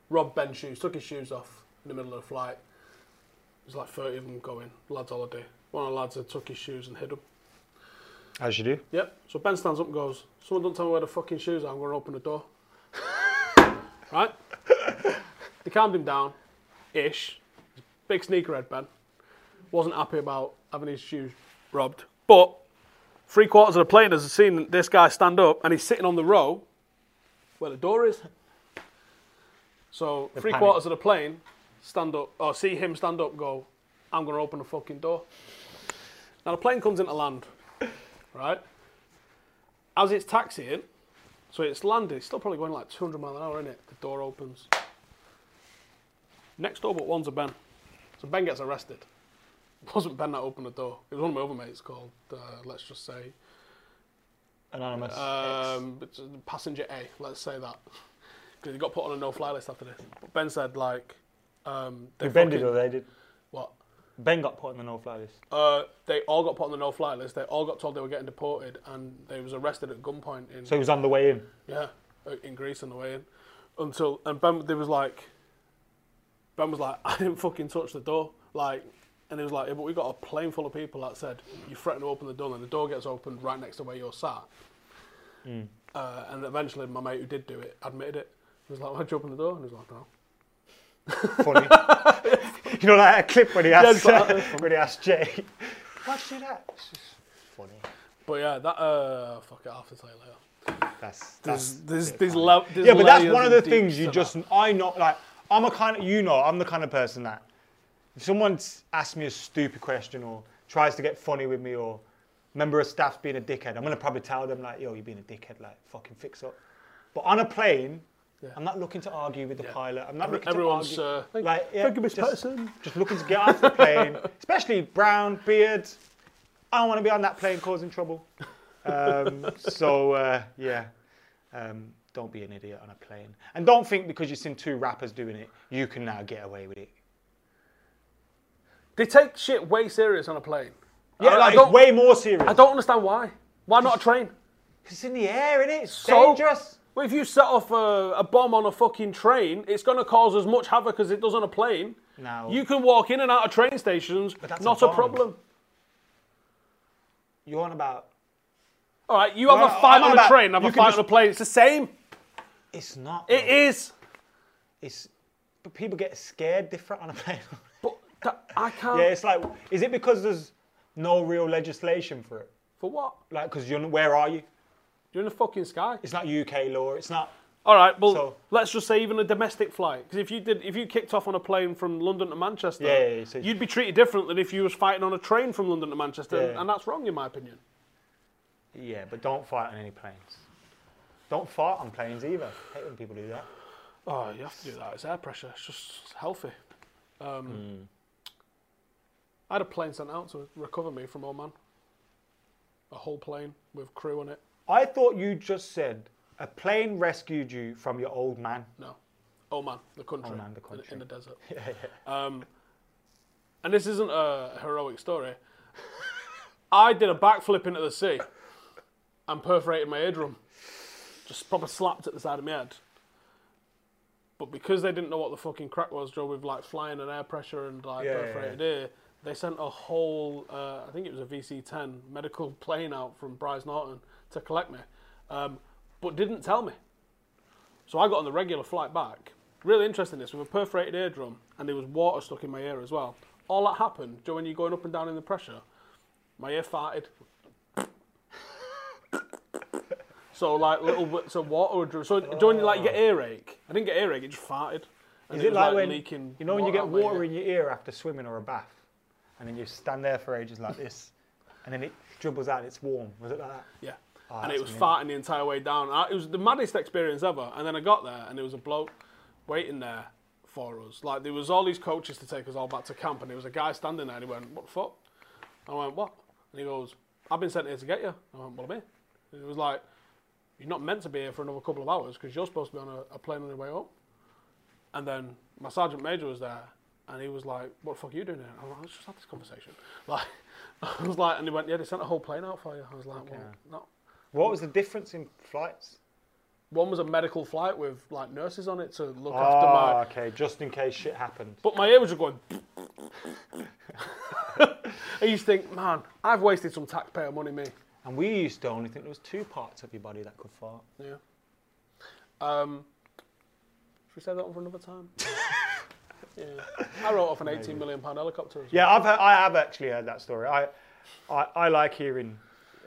Speaker 3: robbed Ben's shoes, took his shoes off in the middle of the flight. There's like 30 of them going, lads holiday. One of the lads had took his shoes and hid them.
Speaker 4: As you do.
Speaker 3: Yep. So Ben stands up and goes, someone don't tell me where the fucking shoes are, I'm going to open the door. right? They calmed him down, ish. Big sneakerhead, Ben. Wasn't happy about having his shoes robbed. But three quarters of the players have seen this guy stand up and he's sitting on the row where the door is. So three
Speaker 4: panic.
Speaker 3: quarters of the plane stand up, or see him stand up, go, I'm going to open the fucking door. Now the plane comes into land, right? As it's taxiing, so it's landed, it's still probably going like 200 mile an hour, is it? The door opens. Next door but one's a Ben. So Ben gets arrested. It wasn't Ben that opened the door. It was one of my other mates called, uh, let's just say,
Speaker 4: Anonymous.
Speaker 3: um, it's passenger A, let's say that. Because he got put on a no-fly list after this. But Ben said, like, um, they
Speaker 4: Who Ben did
Speaker 3: fucking-
Speaker 4: or they did?
Speaker 3: What?
Speaker 4: Ben got put on the no-fly list.
Speaker 3: Uh, they all got put on the no-fly list. They all got told they were getting deported, and they was arrested at gunpoint in
Speaker 4: So he was on the way in.
Speaker 3: Yeah, uh, in Greece on the way in. Until and Ben, there was like, Ben was like, I didn't fucking touch the door, like, and he was like, yeah, but we got a plane full of people that said you threatened to open the door, and the door gets opened right next to where you're sat.
Speaker 4: Hmm.
Speaker 3: Uh, and eventually, my mate who did do it admitted it. He was like, why'd you open the door? And he was like, no.
Speaker 4: Funny. you know that clip when he asked,
Speaker 3: Yeah, it's
Speaker 4: when he asked Jay, why'd you do that? It's just funny.
Speaker 3: But yeah, that uh, fuck it, I'll have to tell you later.
Speaker 4: That's, that's
Speaker 3: There's, there's,
Speaker 4: a bit
Speaker 3: there's
Speaker 4: funny.
Speaker 3: le- there's
Speaker 4: yeah, but that's
Speaker 3: layers
Speaker 4: one of the
Speaker 3: and
Speaker 4: things
Speaker 3: deeps
Speaker 4: you
Speaker 3: to
Speaker 4: just
Speaker 3: that.
Speaker 4: I know like I'm a kind of you know I'm the kind of person that if someone s- asks me a stupid question or tries to get funny with me or member of staff's being a dickhead, I'm gonna probably tell them like yo you're being a dickhead like fucking fix up. But on a plane. I'm not looking to argue with the pilot. I'm not
Speaker 3: Every-
Speaker 4: looking
Speaker 3: everyone's,
Speaker 4: to
Speaker 3: uh,
Speaker 4: argue.
Speaker 3: Thank-
Speaker 4: like, yeah,
Speaker 3: thank you, Miss
Speaker 4: just-
Speaker 3: Patterson.
Speaker 4: Just looking to get off the plane, especially brown beard. I don't want to be on that plane causing trouble. Um, so uh, yeah, um, don't be an idiot on a plane, and don't think because you've seen two rappers doing it, you can now get away with it.
Speaker 3: They take shit way serious on a plane.
Speaker 4: Yeah,
Speaker 3: I- I
Speaker 4: like
Speaker 3: don't-
Speaker 4: it's way more serious.
Speaker 3: I don't understand why. Why not a train?
Speaker 4: It's in the air, isn't it? It's
Speaker 3: So-
Speaker 4: dangerous.
Speaker 3: Well, if you set off a, a bomb on a fucking train, it's going to cause as much havoc as it does on a plane.
Speaker 4: No.
Speaker 3: You can walk in and out of train stations,
Speaker 4: that's
Speaker 3: not
Speaker 4: a
Speaker 3: a,
Speaker 4: bomb.
Speaker 3: problem.
Speaker 4: You're on about.
Speaker 3: All right, you have
Speaker 4: No,
Speaker 3: a fight
Speaker 4: I'm
Speaker 3: on a
Speaker 4: about-
Speaker 3: train, have
Speaker 4: you
Speaker 3: a
Speaker 4: can
Speaker 3: fight
Speaker 4: just-
Speaker 3: on a plane. It's the same.
Speaker 4: It's not.
Speaker 3: It
Speaker 4: though.
Speaker 3: is.
Speaker 4: It's. But people get scared different on a plane.
Speaker 3: But that, I can't.
Speaker 4: yeah, it's like. Is it because there's no real legislation for it?
Speaker 3: For what?
Speaker 4: Like, because you're. Where are you?
Speaker 3: You're in the fucking sky.
Speaker 4: It's not UK law. It's not.
Speaker 3: All right, well,
Speaker 4: So-
Speaker 3: let's just say even a domestic flight. Because if you did, if you kicked off on a plane from London to Manchester,
Speaker 4: Yeah, yeah, yeah, so-
Speaker 3: you'd be treated different than if you was fighting on a train from London to Manchester,
Speaker 4: Yeah,
Speaker 3: and-
Speaker 4: yeah.
Speaker 3: and that's wrong in my opinion.
Speaker 4: Yeah, but don't fight on any planes. Don't fart on planes either. hate when people do that.
Speaker 3: Oh, you have to do that. It's air pressure. It's just healthy. Um,
Speaker 4: Hmm.
Speaker 3: I had a plane sent out to recover me from Oman. A whole plane with crew on it.
Speaker 4: I thought you just said a plane rescued you from your old man.
Speaker 3: No, Oman, the country,
Speaker 4: Oman, the
Speaker 3: in- in,
Speaker 4: country.
Speaker 3: the desert. Um, and this isn't a heroic story. I did a backflip into the sea and perforated my eardrum. Just proper slapped at the side of my head. But because they didn't know what the fucking crack was, Joe, with like flying and air pressure and like
Speaker 4: Yeah, yeah,
Speaker 3: perforated ear, they sent a whole, uh, I think it was a VC 10 medical plane out from Bryce Norton to collect me, um, but didn't tell me. So I got on the regular flight back Really interesting this with a perforated eardrum, and there was water stuck in my ear as well. All that happened, Joe, when you're going up and down in the pressure, my ear farted. so like little bits of water would drip. So Joe, when you like get earache, I didn't get earache; it just farted. And
Speaker 4: Oh. Is it
Speaker 3: was,
Speaker 4: like when
Speaker 3: leaking
Speaker 4: you know when you get
Speaker 3: out my
Speaker 4: water
Speaker 3: ear.
Speaker 4: in your ear after swimming or a bath, and then you stand there for ages like this, and then it dribbles out and it's warm. Was it like that?
Speaker 3: Yeah.
Speaker 4: Oh,
Speaker 3: and it was
Speaker 4: that's weird.
Speaker 3: farting the entire way down. I, it was the maddest experience ever. And then I got there, and there was a bloke waiting there for us. Like there was all these coaches to take us all back to camp, and there was a guy standing there, and he went, "What the fuck?" And I went, "What?" And he goes, "I've been sent here to get you." I went, "Well, me." And he was like, "You're not meant to be here for another couple of hours because you're supposed to be on a, a plane on your way up." And then my sergeant major was there, and he was like, "What the fuck are you doing here?" I was like, "I just had this conversation." Like, I was like, and he went, "Yeah, they sent a whole plane out for you." I was like, "Well, no."
Speaker 4: What was the difference in flights?
Speaker 3: One was a medical flight with like nurses on it to look after
Speaker 4: Ah,
Speaker 3: my.
Speaker 4: okay, just in case shit happened.
Speaker 3: But my ear was just going. I used to think, man, I've wasted some taxpayer money, me.
Speaker 4: And we used to only think there was two parts of your body that could fart.
Speaker 3: Yeah. Um, should we save that one for another time? yeah. I wrote off an 18 million pound helicopter. As well.
Speaker 4: Yeah, I've heard, I have actually heard that story. I I, I like hearing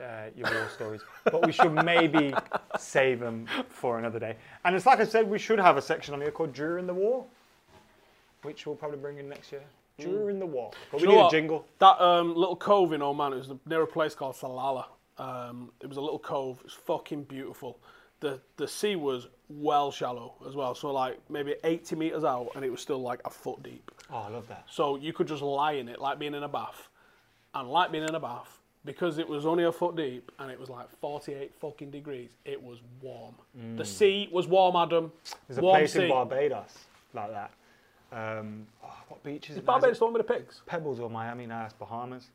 Speaker 4: uh, your war stories, but we should maybe save them for another day. And it's like I said, we should have a section on here called "During the War," which we'll probably bring in next year. During the war, but we
Speaker 3: You know
Speaker 4: need a
Speaker 3: what?
Speaker 4: jingle.
Speaker 3: That um, little cove in Old Man, it was near a place called Salala. Um, it was a little cove. It's fucking beautiful. The the sea was well shallow as well, so like maybe 80 meters out, and it was still like a foot deep.
Speaker 4: Oh, I love that.
Speaker 3: So you could just lie in it, like being in a bath, and like being in a bath because it was only a foot deep and it was like 48 fucking degrees. It was warm. The sea was warm, Adam.
Speaker 4: Mm. There's a
Speaker 3: warm
Speaker 4: place
Speaker 3: sea.
Speaker 4: in Barbados like that. Um, oh, what beach is it? now? Is it-
Speaker 3: Barbados, the one with the pigs.
Speaker 4: Pebbles or Miami. No, that's Bahamas.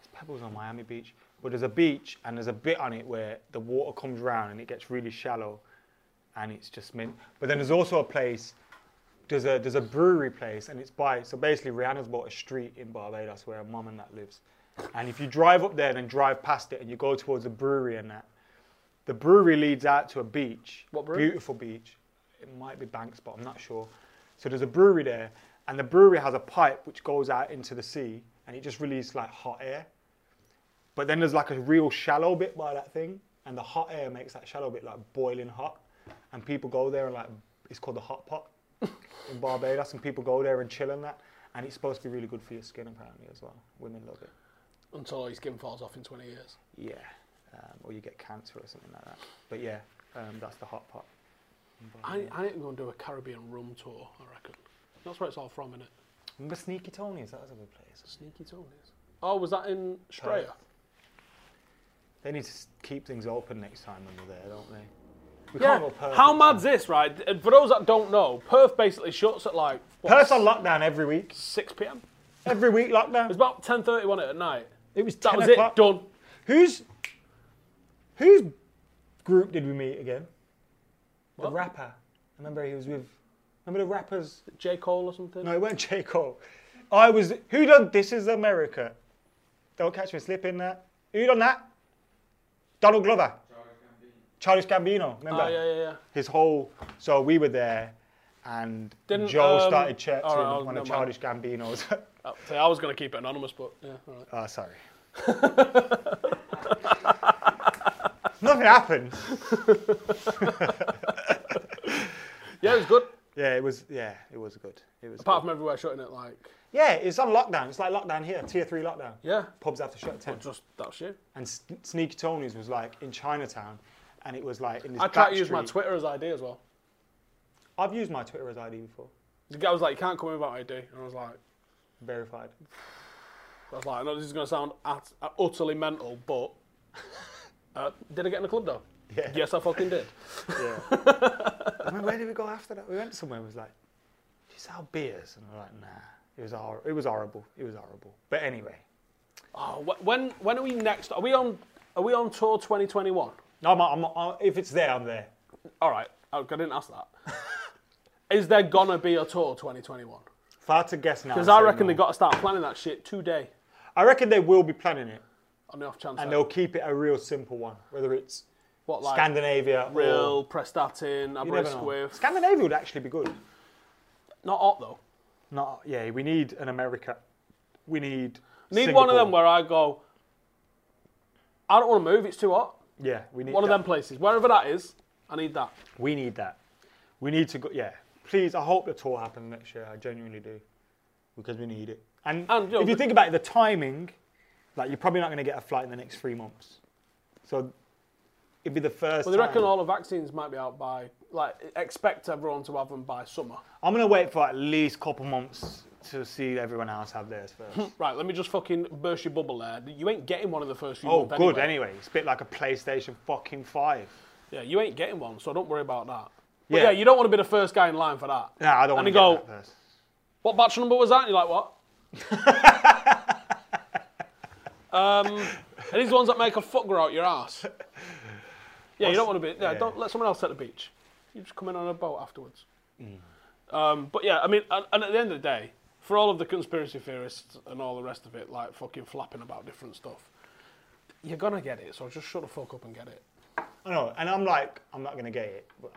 Speaker 4: It's Pebbles or Miami Beach. But there's a beach and there's a bit on it where the water comes round and it gets really shallow, and it's just mint. But then there's also a place. There's a there's a brewery place and it's by so basically Rihanna's bought a street in Barbados where her mum and that lives, and if you drive up there and then drive past it and you go towards the brewery and that, the brewery leads out to a beach.
Speaker 3: What brewery?
Speaker 4: Beautiful beach. It might be Banks, but I'm not sure. So there's a brewery there, and the brewery has a pipe which goes out into the sea, and it just releases like hot air. But then there's like a real shallow bit by that thing, and the hot air makes that shallow bit like boiling hot. And people go there and like it's called the hot pot in Barbados, and people go there and chill and that. And it's supposed to be really good for your skin apparently as well. Women love it.
Speaker 3: Until all your skin falls off in 20 years.
Speaker 4: Yeah, um, or you get cancer or something like that. But yeah, um, that's the hot pot.
Speaker 3: I, I need to go and do a Caribbean rum tour, I reckon. That's where it's all from, innit?
Speaker 4: Remember Sneaky Tony's? That was a good place.
Speaker 3: Sneaky Tony's. Oh, was that in Strayer?
Speaker 4: They need to s- keep things open next time when we're there, don't they? We
Speaker 3: Yeah.
Speaker 4: can't go Perth.
Speaker 3: How mad's this, right? Uh, For those that don't know, Perth basically shuts at like what,
Speaker 4: Perth's on lockdown every week.
Speaker 3: 6 p.m.
Speaker 4: Every week
Speaker 3: It's
Speaker 4: lockdown.
Speaker 3: about 10:30 wasn't it at night.
Speaker 4: It was 10
Speaker 3: That was it.
Speaker 4: o'clock.
Speaker 3: Done.
Speaker 4: Who's whose group did we meet again?
Speaker 3: What?
Speaker 4: The rapper. I remember he was with. Remember the rappers?
Speaker 3: J Cole or something.
Speaker 4: No, it weren't J Cole. I was. Who done This Is America? Don't catch me slipping that. Who done that? Donald Glover. Charles Gambino. Remember?
Speaker 3: Oh, yeah, yeah, yeah.
Speaker 4: his whole. So we were there, and
Speaker 3: Didn't,
Speaker 4: Joe
Speaker 3: um,
Speaker 4: started chirping
Speaker 3: all right, I'll-
Speaker 4: one of
Speaker 3: never
Speaker 4: Childish
Speaker 3: mind.
Speaker 4: Gambino's.
Speaker 3: Oh, so I was going to keep it anonymous, but yeah, all right.
Speaker 4: oh, sorry. Nothing happened.
Speaker 3: Yeah, it was good.
Speaker 4: Yeah, it was. Yeah, it was good. It was.
Speaker 3: Apart
Speaker 4: good.
Speaker 3: from everywhere shutting it, like,
Speaker 4: yeah, it's on lockdown. It's like lockdown here, tier three lockdown.
Speaker 3: yeah,
Speaker 4: Pubs have to shut at ten.
Speaker 3: just that shit.
Speaker 4: And S- Sneaky Tony's was like in Chinatown, and it was like in this.
Speaker 3: I try
Speaker 4: back
Speaker 3: to use my
Speaker 4: street.
Speaker 3: Twitter as ID as well.
Speaker 4: I've used my Twitter as ID before,
Speaker 3: The guy was like, "You can't come in without ID," and I was like,
Speaker 4: verified.
Speaker 3: "I was like, I know this is going to sound at, utterly mental, but uh, did I get in the club though?
Speaker 4: Yeah.
Speaker 3: Yes, I fucking did.
Speaker 4: Yeah. I mean, where did we go after that? We went somewhere. It was like, do you sell beers? And I was like, nah. It was hor- It was horrible. It was horrible. But anyway,
Speaker 3: Oh, wh- when when are we next? Are we on? Are we on tour 2021?
Speaker 4: no, I'm, I'm, i if it's there, I'm there.
Speaker 3: All right, I I didn't ask that. is there gonna be a tour 2021?
Speaker 4: If I had to guess now,
Speaker 3: Because
Speaker 4: I'd
Speaker 3: I
Speaker 4: say
Speaker 3: reckon
Speaker 4: no.
Speaker 3: they got to start planning that shit today.
Speaker 4: I reckon they will be planning it,
Speaker 3: On the off chance.
Speaker 4: and
Speaker 3: that-
Speaker 4: they'll keep it a real simple one. Whether it's
Speaker 3: what like
Speaker 4: Scandinavia,
Speaker 3: real
Speaker 4: or,
Speaker 3: prestatin,
Speaker 4: you never know.
Speaker 3: Aberystwyth.
Speaker 4: Scandinavia would actually be good.
Speaker 3: Not hot though.
Speaker 4: Not yeah. We need an America. We need.
Speaker 3: Need
Speaker 4: Singapore.
Speaker 3: one of them where I go. I don't want to move. It's too hot.
Speaker 4: Yeah, we need
Speaker 3: One of
Speaker 4: that.
Speaker 3: them places, wherever that is, I need that.
Speaker 4: We need that. We need to go. Yeah, please. I hope the tour happens next year. I genuinely do, because we need it. And,
Speaker 3: And, you know,
Speaker 4: if you
Speaker 3: the-
Speaker 4: think about it, the timing, like you're probably not going to get a flight in the next three months. So it'd be the first.
Speaker 3: But they reckon
Speaker 4: time.
Speaker 3: all the vaccines might be out by like expect everyone to have them by summer.
Speaker 4: I'm going to wait for at least a couple months to see everyone else have theirs first.
Speaker 3: Right, let me just fucking burst your bubble there. You ain't getting one in the first few
Speaker 4: oh,
Speaker 3: months
Speaker 4: good.
Speaker 3: anyway.
Speaker 4: Anyway, it's a bit like a PlayStation fucking five.
Speaker 3: Yeah, you ain't getting one, so don't worry about that. But
Speaker 4: Yeah.
Speaker 3: yeah, you don't want to be the first guy in line for that.
Speaker 4: Nah, I don't want
Speaker 3: And
Speaker 4: to
Speaker 3: you go,
Speaker 4: get that first.
Speaker 3: what batch number was that? And you're like, what? um, and these ones that make a fuck grow out your ass. Yeah, you don't want to be. Yeah, don't let someone else at the beach. You just come in on a boat afterwards.
Speaker 4: Mm.
Speaker 3: Um, but yeah, I mean, and, and at the end of the day, for all of the conspiracy theorists and all the rest of it, like fucking flapping about different stuff, you're gonna get it. So just shut the fuck up and get it.
Speaker 4: I know, and I'm like, I'm not going to get it but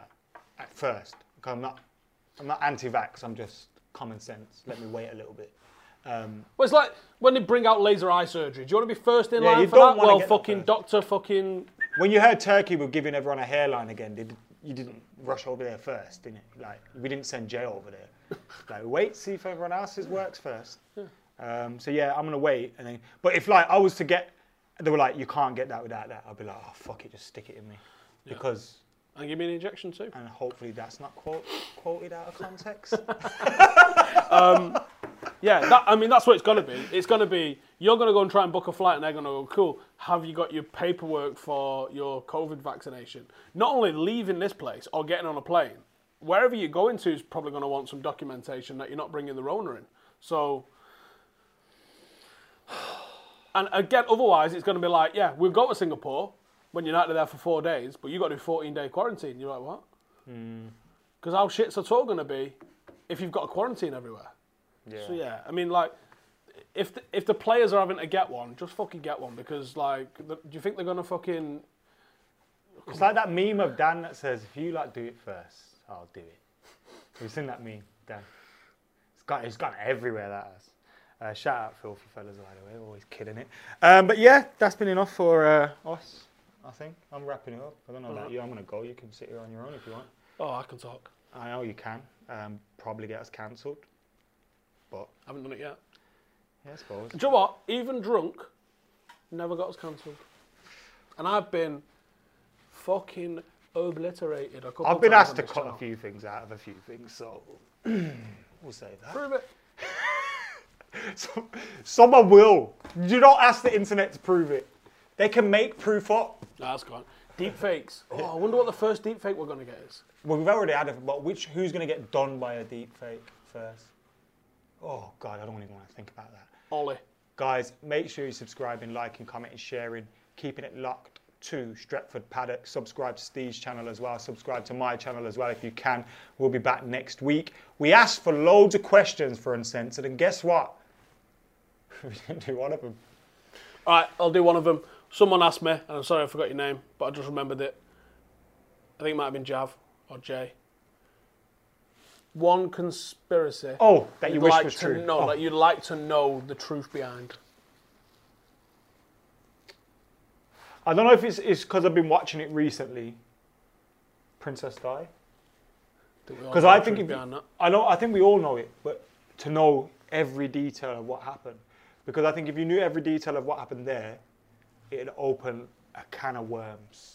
Speaker 4: I- at first. 'cause I'm not, I'm not anti-vax. I'm just common sense. Let me wait a little bit. Um,
Speaker 3: Well, it's like when they bring out laser eye surgery. Do you want to be first in
Speaker 4: Yeah,
Speaker 3: line
Speaker 4: you
Speaker 3: for
Speaker 4: don't
Speaker 3: that?
Speaker 4: wanna
Speaker 3: Well,
Speaker 4: get that
Speaker 3: fucking
Speaker 4: first.
Speaker 3: doctor, fucking.
Speaker 4: when you heard Turkey were giving everyone a hairline again, did you didn't rush over there first, didn't you? Like we didn't send Jay over there. like wait, see if everyone else's works first. Um, so yeah, I'm gonna wait, and then. But if like I was to get, they were like, you can't get that without that. I'd be like, oh fuck it, just stick it in me, because
Speaker 3: And give me an injection too.
Speaker 4: and hopefully that's not quote, quoted out of context.
Speaker 3: Yeah, that, I mean that's what it's gonna be. It's gonna be you're gonna go and try and book a flight, and they're gonna go, cool. Have you got your paperwork for your COVID vaccination? Not only leaving this place or getting on a plane, wherever you're going to is probably gonna want some documentation that you're not bringing the Rona in. So. And again, otherwise, it's going to be like, yeah, we'll go to Singapore when you're not there for four days, but you've got to do 14 day quarantine. You're like, what? Because how shit's the tour going to be if you've got a quarantine everywhere? So yeah, I mean, like, if the, if the players are having to get one, just fucking get one because, like, the, do you think they're gonna fucking?
Speaker 4: It's like that meme of Dan that says, if you like do it first, I'll do it. We've seen that meme, Dan. It's gone, it's gone everywhere, that has. Uh, shout out Filthy Fellas, by the way, always killing it. Um, but yeah, that's been enough for uh, us, I think. I'm wrapping it up. I don't know about you, I'm going to go. You can sit here on your own if you want.
Speaker 3: Oh, I can talk.
Speaker 4: I know you can. Um, probably get us cancelled. But,
Speaker 3: I haven't done it yet.
Speaker 4: yeah, I suppose.
Speaker 3: Do you know what? Even drunk, never got us cancelled. And I've been fucking obliterated a couple.
Speaker 4: I've been
Speaker 3: times
Speaker 4: asked
Speaker 3: on
Speaker 4: to
Speaker 3: this
Speaker 4: cut a
Speaker 3: channel.
Speaker 4: few things out of a few things, so we'll say that.
Speaker 3: Prove it.
Speaker 4: Some- Someone will. You don't ask the internet to prove it. They can make proof up.
Speaker 3: Nah, that's gone. Deep fakes. Oh, I wonder what the first deep fake we're gonna get is.
Speaker 4: Well, we've already had it, but which who's going to get done by a deep fake first? Oh God, I don't even want to think about that.
Speaker 3: Ollie.
Speaker 4: Guys, make sure you're subscribing, liking, commenting, sharing, keeping it locked to Stretford Paddock. Subscribe to Steve's channel as well. Subscribe to my channel as well if you can. We'll be back next week. We asked for loads of questions for Uncensored, and guess what? we didn't do one of them.
Speaker 3: All right, I'll do one of them. Someone asked me, and I'm sorry I forgot your name, but I just remembered it. I think it might have been Jav or Jay. One conspiracy.
Speaker 4: Oh, that you
Speaker 3: you'd
Speaker 4: wish
Speaker 3: like
Speaker 4: was
Speaker 3: to
Speaker 4: true.
Speaker 3: Know,
Speaker 4: Oh.
Speaker 3: That you'd like to know the truth behind.
Speaker 4: I don't know if it's it's because I've been watching it recently. Princess Di. Because I think if,
Speaker 3: behind that.
Speaker 4: I know I think we all know it, but to know every detail of what happened, because I think if you knew every detail of what happened there, it'd open a can of worms,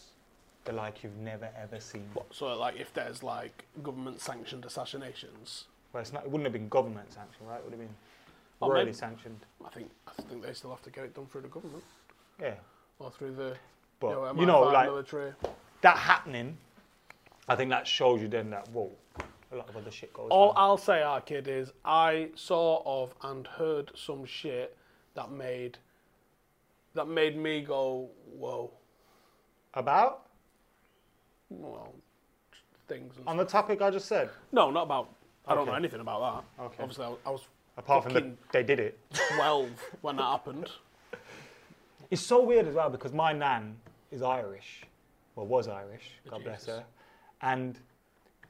Speaker 4: that like you've never ever seen.
Speaker 3: So, like, if there's like government-sanctioned assassinations,
Speaker 4: Well, it's not. It wouldn't have been government sanctioned, right? It would have been
Speaker 3: Well,
Speaker 4: royally
Speaker 3: maybe-
Speaker 4: sanctioned.
Speaker 3: I think I think they still have to get it done through the government
Speaker 4: Yeah,
Speaker 3: or through the
Speaker 4: but
Speaker 3: you know,
Speaker 4: you know,
Speaker 3: MI5
Speaker 4: like
Speaker 3: military.
Speaker 4: that happening. I think that shows you then that whoa, a lot of other shit goes.
Speaker 3: All
Speaker 4: down.
Speaker 3: I'll say, our kid, is I saw of and heard some shit that made that made me go, whoa,
Speaker 4: about
Speaker 3: well, things. And
Speaker 4: on the topic I just said.
Speaker 3: No, not about. I don't know
Speaker 4: Okay.
Speaker 3: anything about that.
Speaker 4: Okay.
Speaker 3: Obviously, I was, I was
Speaker 4: Apart from that
Speaker 3: fucking
Speaker 4: they did it.
Speaker 3: twelve when that happened.
Speaker 4: It's so weird as well because my nan is Irish, well was Irish, God bless
Speaker 3: Oh, Jesus.
Speaker 4: her, and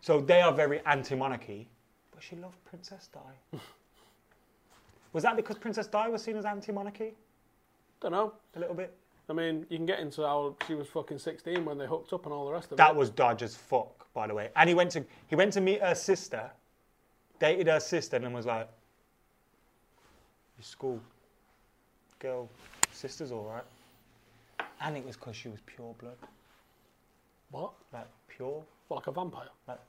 Speaker 4: so they are very anti-monarchy, but because she loved Princess Di. was that because Princess Di was seen as anti-monarchy
Speaker 3: Don't know.
Speaker 4: a little bit?
Speaker 3: I mean, you can get into how she was fucking 16 when they hooked up and all the rest of
Speaker 4: That
Speaker 3: it.
Speaker 4: was dodge as fuck, by the way. And he went to he went to meet her sister, dated her sister, and then was like, "Your school girl sister's all right." And it was because she was pure blood,
Speaker 3: What?
Speaker 4: like pure,
Speaker 3: Well, like a vampire.
Speaker 4: like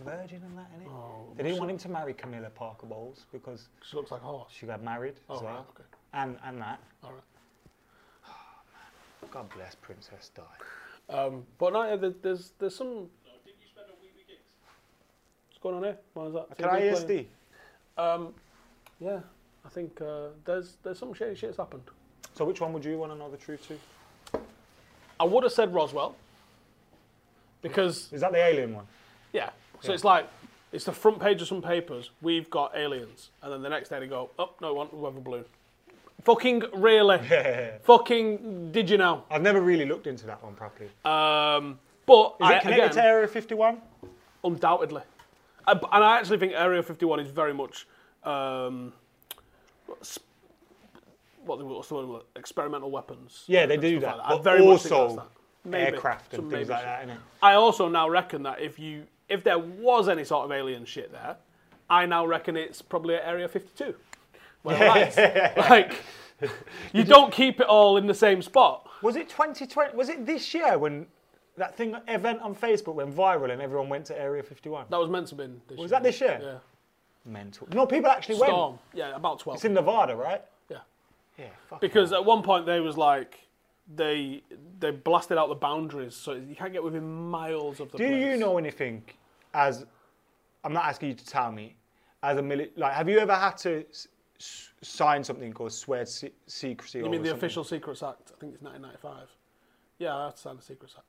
Speaker 4: virgin and that, innit?
Speaker 3: Oh,
Speaker 4: they didn't want him to marry Camilla Parker Bowles because
Speaker 3: She looks like a horse.
Speaker 4: she got married as
Speaker 3: Oh,
Speaker 4: well,
Speaker 3: right, okay.
Speaker 4: and and that.
Speaker 3: All right.
Speaker 4: God bless Princess Di.
Speaker 3: Um, but no, yeah, there- there's there's some. What's going on here? Why is that?
Speaker 4: Can I
Speaker 3: TV
Speaker 4: ASD?
Speaker 3: playing? Yeah, I think uh, there's there's some shady shit's happened.
Speaker 4: So which one would you want to know the truth to?
Speaker 3: I would have said Roswell because
Speaker 4: Is that the alien one?
Speaker 3: yeah. So it's like it's the front page of some papers. We've got aliens, and then the next day they go, oh no, we want we have a balloon. Fucking really. Fucking did you know?
Speaker 4: I've never really looked into that one properly.
Speaker 3: Um, but
Speaker 4: Is
Speaker 3: I,
Speaker 4: it connected
Speaker 3: again,
Speaker 4: to Area 51?
Speaker 3: Undoubtedly. I, b- and I actually think Area 51 is very much. Um, sp- what, what's the word? Experimental weapons.
Speaker 4: Yeah, they
Speaker 3: and
Speaker 4: do
Speaker 3: stuff
Speaker 4: that.
Speaker 3: like
Speaker 4: But
Speaker 3: I very much think
Speaker 4: also
Speaker 3: that's that.
Speaker 4: aircraft and
Speaker 3: Some
Speaker 4: things
Speaker 3: maybe
Speaker 4: like
Speaker 3: shit.
Speaker 4: that, innit?
Speaker 3: I also now reckon that if you if there was any sort of alien shit there, I now reckon it's probably at Area 52. Well, like you don't keep it all in the same spot.
Speaker 4: Was it 2020? Was it this year when that thing event on Facebook went viral and everyone went to Area 51?
Speaker 3: That was meant to have been. This
Speaker 4: Was
Speaker 3: year.
Speaker 4: that this year?
Speaker 3: Yeah.
Speaker 4: Mental. No, people actually
Speaker 3: Storm.
Speaker 4: went.
Speaker 3: Yeah, about 12.
Speaker 4: It's in Nevada, right?
Speaker 3: yeah.
Speaker 4: Yeah. Fuck
Speaker 3: Because at one point they was like they they blasted out the boundaries, so you can't get within miles of the.
Speaker 4: Do
Speaker 3: place.
Speaker 4: you know anything? As I'm not asking you to tell me. As a mili- like, have you ever had to s- s- sign something called swear se- secrecy?
Speaker 3: You mean the official Secrets Act? I think it's 1995. Yeah, I had to sign the Secrets Act.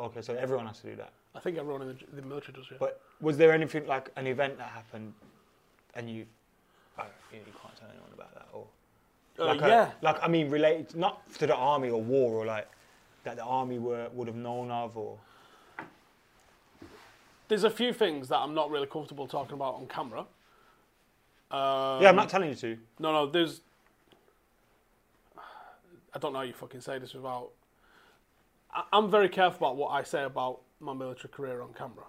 Speaker 4: Okay, so everyone has to do that.
Speaker 3: I think everyone in the, the military does. Yeah.
Speaker 4: But was there anything like an event that happened, and you, I you can't tell anyone about that, or
Speaker 3: Uh,
Speaker 4: like a-
Speaker 3: yeah.
Speaker 4: like I mean related not to the army or war or like that the army were would have known of or
Speaker 3: There's a few things that I'm not really comfortable talking about on camera. Um,
Speaker 4: yeah I'm not telling you to
Speaker 3: No, no, there's. I don't know how you fucking say this without. I, I'm very careful about what I say about my military career on camera.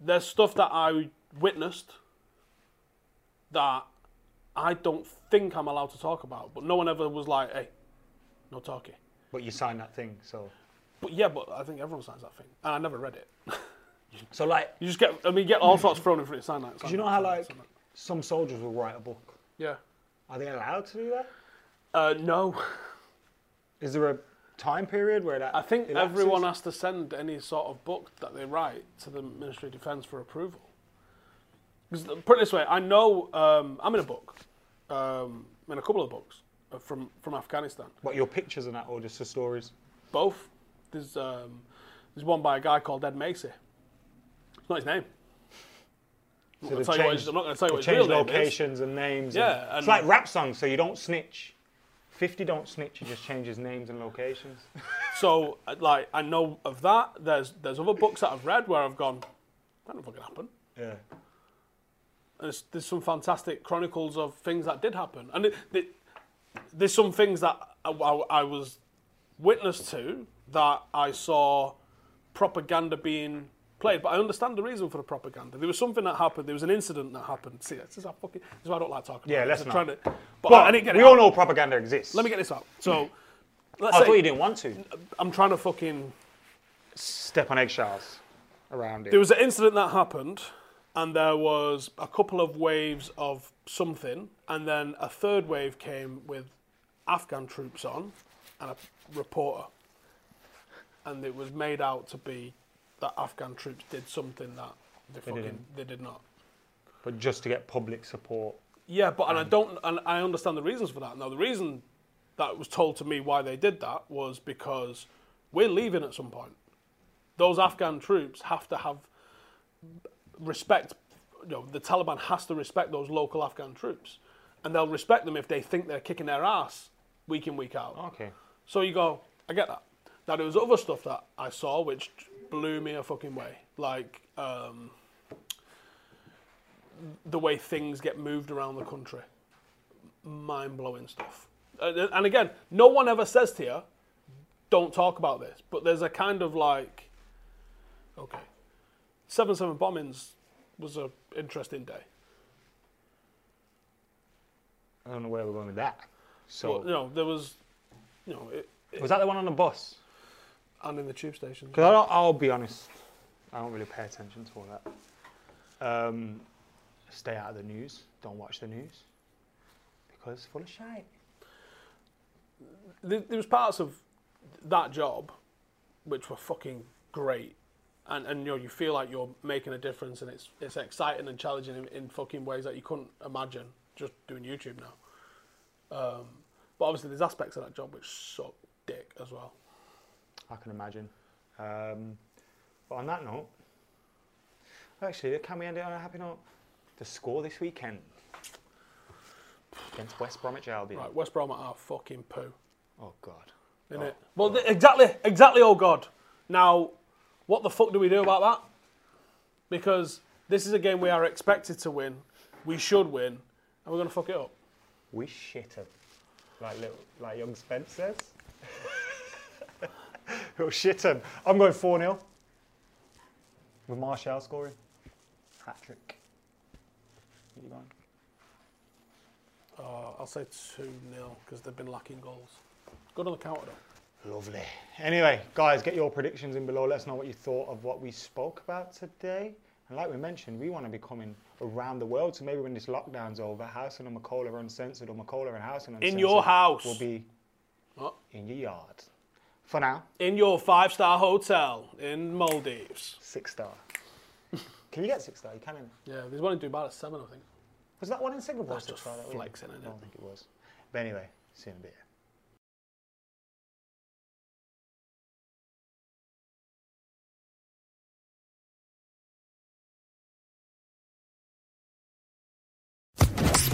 Speaker 3: There's stuff that I witnessed that I don't think I'm allowed to talk about, but no one ever was like, hey, no talkie.
Speaker 4: but you signed that thing so
Speaker 3: But yeah, but I think everyone signs that thing. And I never read it.
Speaker 4: so like
Speaker 3: You just get, I mean, you get all sorts thrown in front of you, sign that.
Speaker 4: do you know how like some soldiers will write a book
Speaker 3: Yeah.
Speaker 4: are they allowed to do that
Speaker 3: Uh, no.
Speaker 4: is there a time period where that
Speaker 3: I think
Speaker 4: elapses?
Speaker 3: everyone has to send any sort of book that they write to the Ministry of Defence for approval. 'Cause the- put it this way, I know um, I'm in a book, um, I'm in a couple of books uh, from from Afghanistan.
Speaker 4: what your pictures and that or just the stories
Speaker 3: Both there's um, there's one by a guy called Ed Macy. It's not his name.
Speaker 4: so
Speaker 3: tell
Speaker 4: they've
Speaker 3: you what
Speaker 4: changed-
Speaker 3: his- I'm not gonna tell you
Speaker 4: they've
Speaker 3: what his real
Speaker 4: changed
Speaker 3: name is.
Speaker 4: locations and names and-
Speaker 3: Yeah, and-
Speaker 4: it's like rap songs so you don't snitch 50 don't snitch you just changes names and locations
Speaker 3: So uh, like I know of that. There's there's other books that I've read where I've gone, that didn't fucking happen.
Speaker 4: yeah
Speaker 3: there's, there's some fantastic chronicles of things that did happen, and it, it, there's some things that I, I- I was witness to that I saw propaganda being played. But I understand the reason for the propaganda. There was something that happened. There was an incident that happened. See, this is, how fucking, this is why I don't like talking.
Speaker 4: Yeah,
Speaker 3: about
Speaker 4: let's
Speaker 3: this.
Speaker 4: not.
Speaker 3: I'm Trying to, but
Speaker 4: Well,
Speaker 3: I didn't get
Speaker 4: we
Speaker 3: it
Speaker 4: all
Speaker 3: out.
Speaker 4: know propaganda exists.
Speaker 3: Let me get this out. So, let's
Speaker 4: I
Speaker 3: say
Speaker 4: thought you didn't want to
Speaker 3: I'm trying to fucking.
Speaker 4: step on eggshells around it.
Speaker 3: There was an incident that happened, and there was a couple of waves of something, and then a third wave came with Afghan troops on and a reporter. And it was made out to be that Afghan troops did something that they, fucking
Speaker 4: didn't.
Speaker 3: they did not.
Speaker 4: but just to get public support.
Speaker 3: Yeah, but and I don't and I understand the reasons for that. Now the reason that was told to me why they did that was because we're leaving at some point. Those Afghan troops have to have respect. You know, the Taliban has to respect those local Afghan troops, and they'll respect them if they think they're kicking their ass week in week out.
Speaker 4: Okay.
Speaker 3: So you go, I get that. Now there was other stuff that I saw which blew me a fucking way, like um, the way things get moved around the country. Mind blowing stuff. And and again, no one ever says to you, don't talk about this. But there's a kind of like, okay, 7 7 bombings was an interesting day.
Speaker 4: I don't know where we're going with that. So
Speaker 3: But, you know, there was, you know, it, it-
Speaker 4: was that the one on the bus?
Speaker 3: and in the tube station.
Speaker 4: Because I'll, I'll be honest, I don't really pay attention to all that. Um, stay out of the news. Don't watch the news because it's full of shite.
Speaker 3: there, there was parts of that job which were fucking great, and and you know you feel like you're making a difference, and it's it's exciting and challenging in, in fucking ways that you couldn't imagine just doing YouTube now. Um, but obviously, there's aspects of that job which suck dick as well.
Speaker 4: I can imagine. Um, but on that note, actually, can we end it on a happy note? The score this weekend against West Bromwich Albion.
Speaker 3: Right, West Brom are fucking poo,
Speaker 4: Oh God.
Speaker 3: innit? well, th- exactly, exactly. Oh god. Now, what the fuck do we do about that? Because this is a game we are expected to win, we should win, and we're gonna fuck it up.
Speaker 4: We shit 'em. Like little, like young Spence says. We'll shit 'em. I'm going 4 0. With Martial scoring. Hat trick. What you going?
Speaker 3: I'll say 2 0 because they've been lacking goals. Good on the counter, though.
Speaker 4: Lovely. Anyway, guys, get your predictions in below. Let us know what you thought of what we spoke about today. And like we mentioned, we want to be coming around the world. So maybe when this lockdown's over, Housing and McCola Uncensored or McCola and Housing Uncensored
Speaker 3: your house.
Speaker 4: will be
Speaker 3: What?
Speaker 4: in your yard. For now,
Speaker 3: In your five star hotel in Maldives.
Speaker 4: six star. can you get six star? You can. in-
Speaker 3: Yeah, there's one in Dubai at 7, I think.
Speaker 4: Was that one in Singapore?
Speaker 3: That's
Speaker 4: six
Speaker 3: just
Speaker 4: star that week?
Speaker 3: flexing, isn't
Speaker 4: I
Speaker 3: it?
Speaker 4: don't think it was. But anyway, see you in a bit.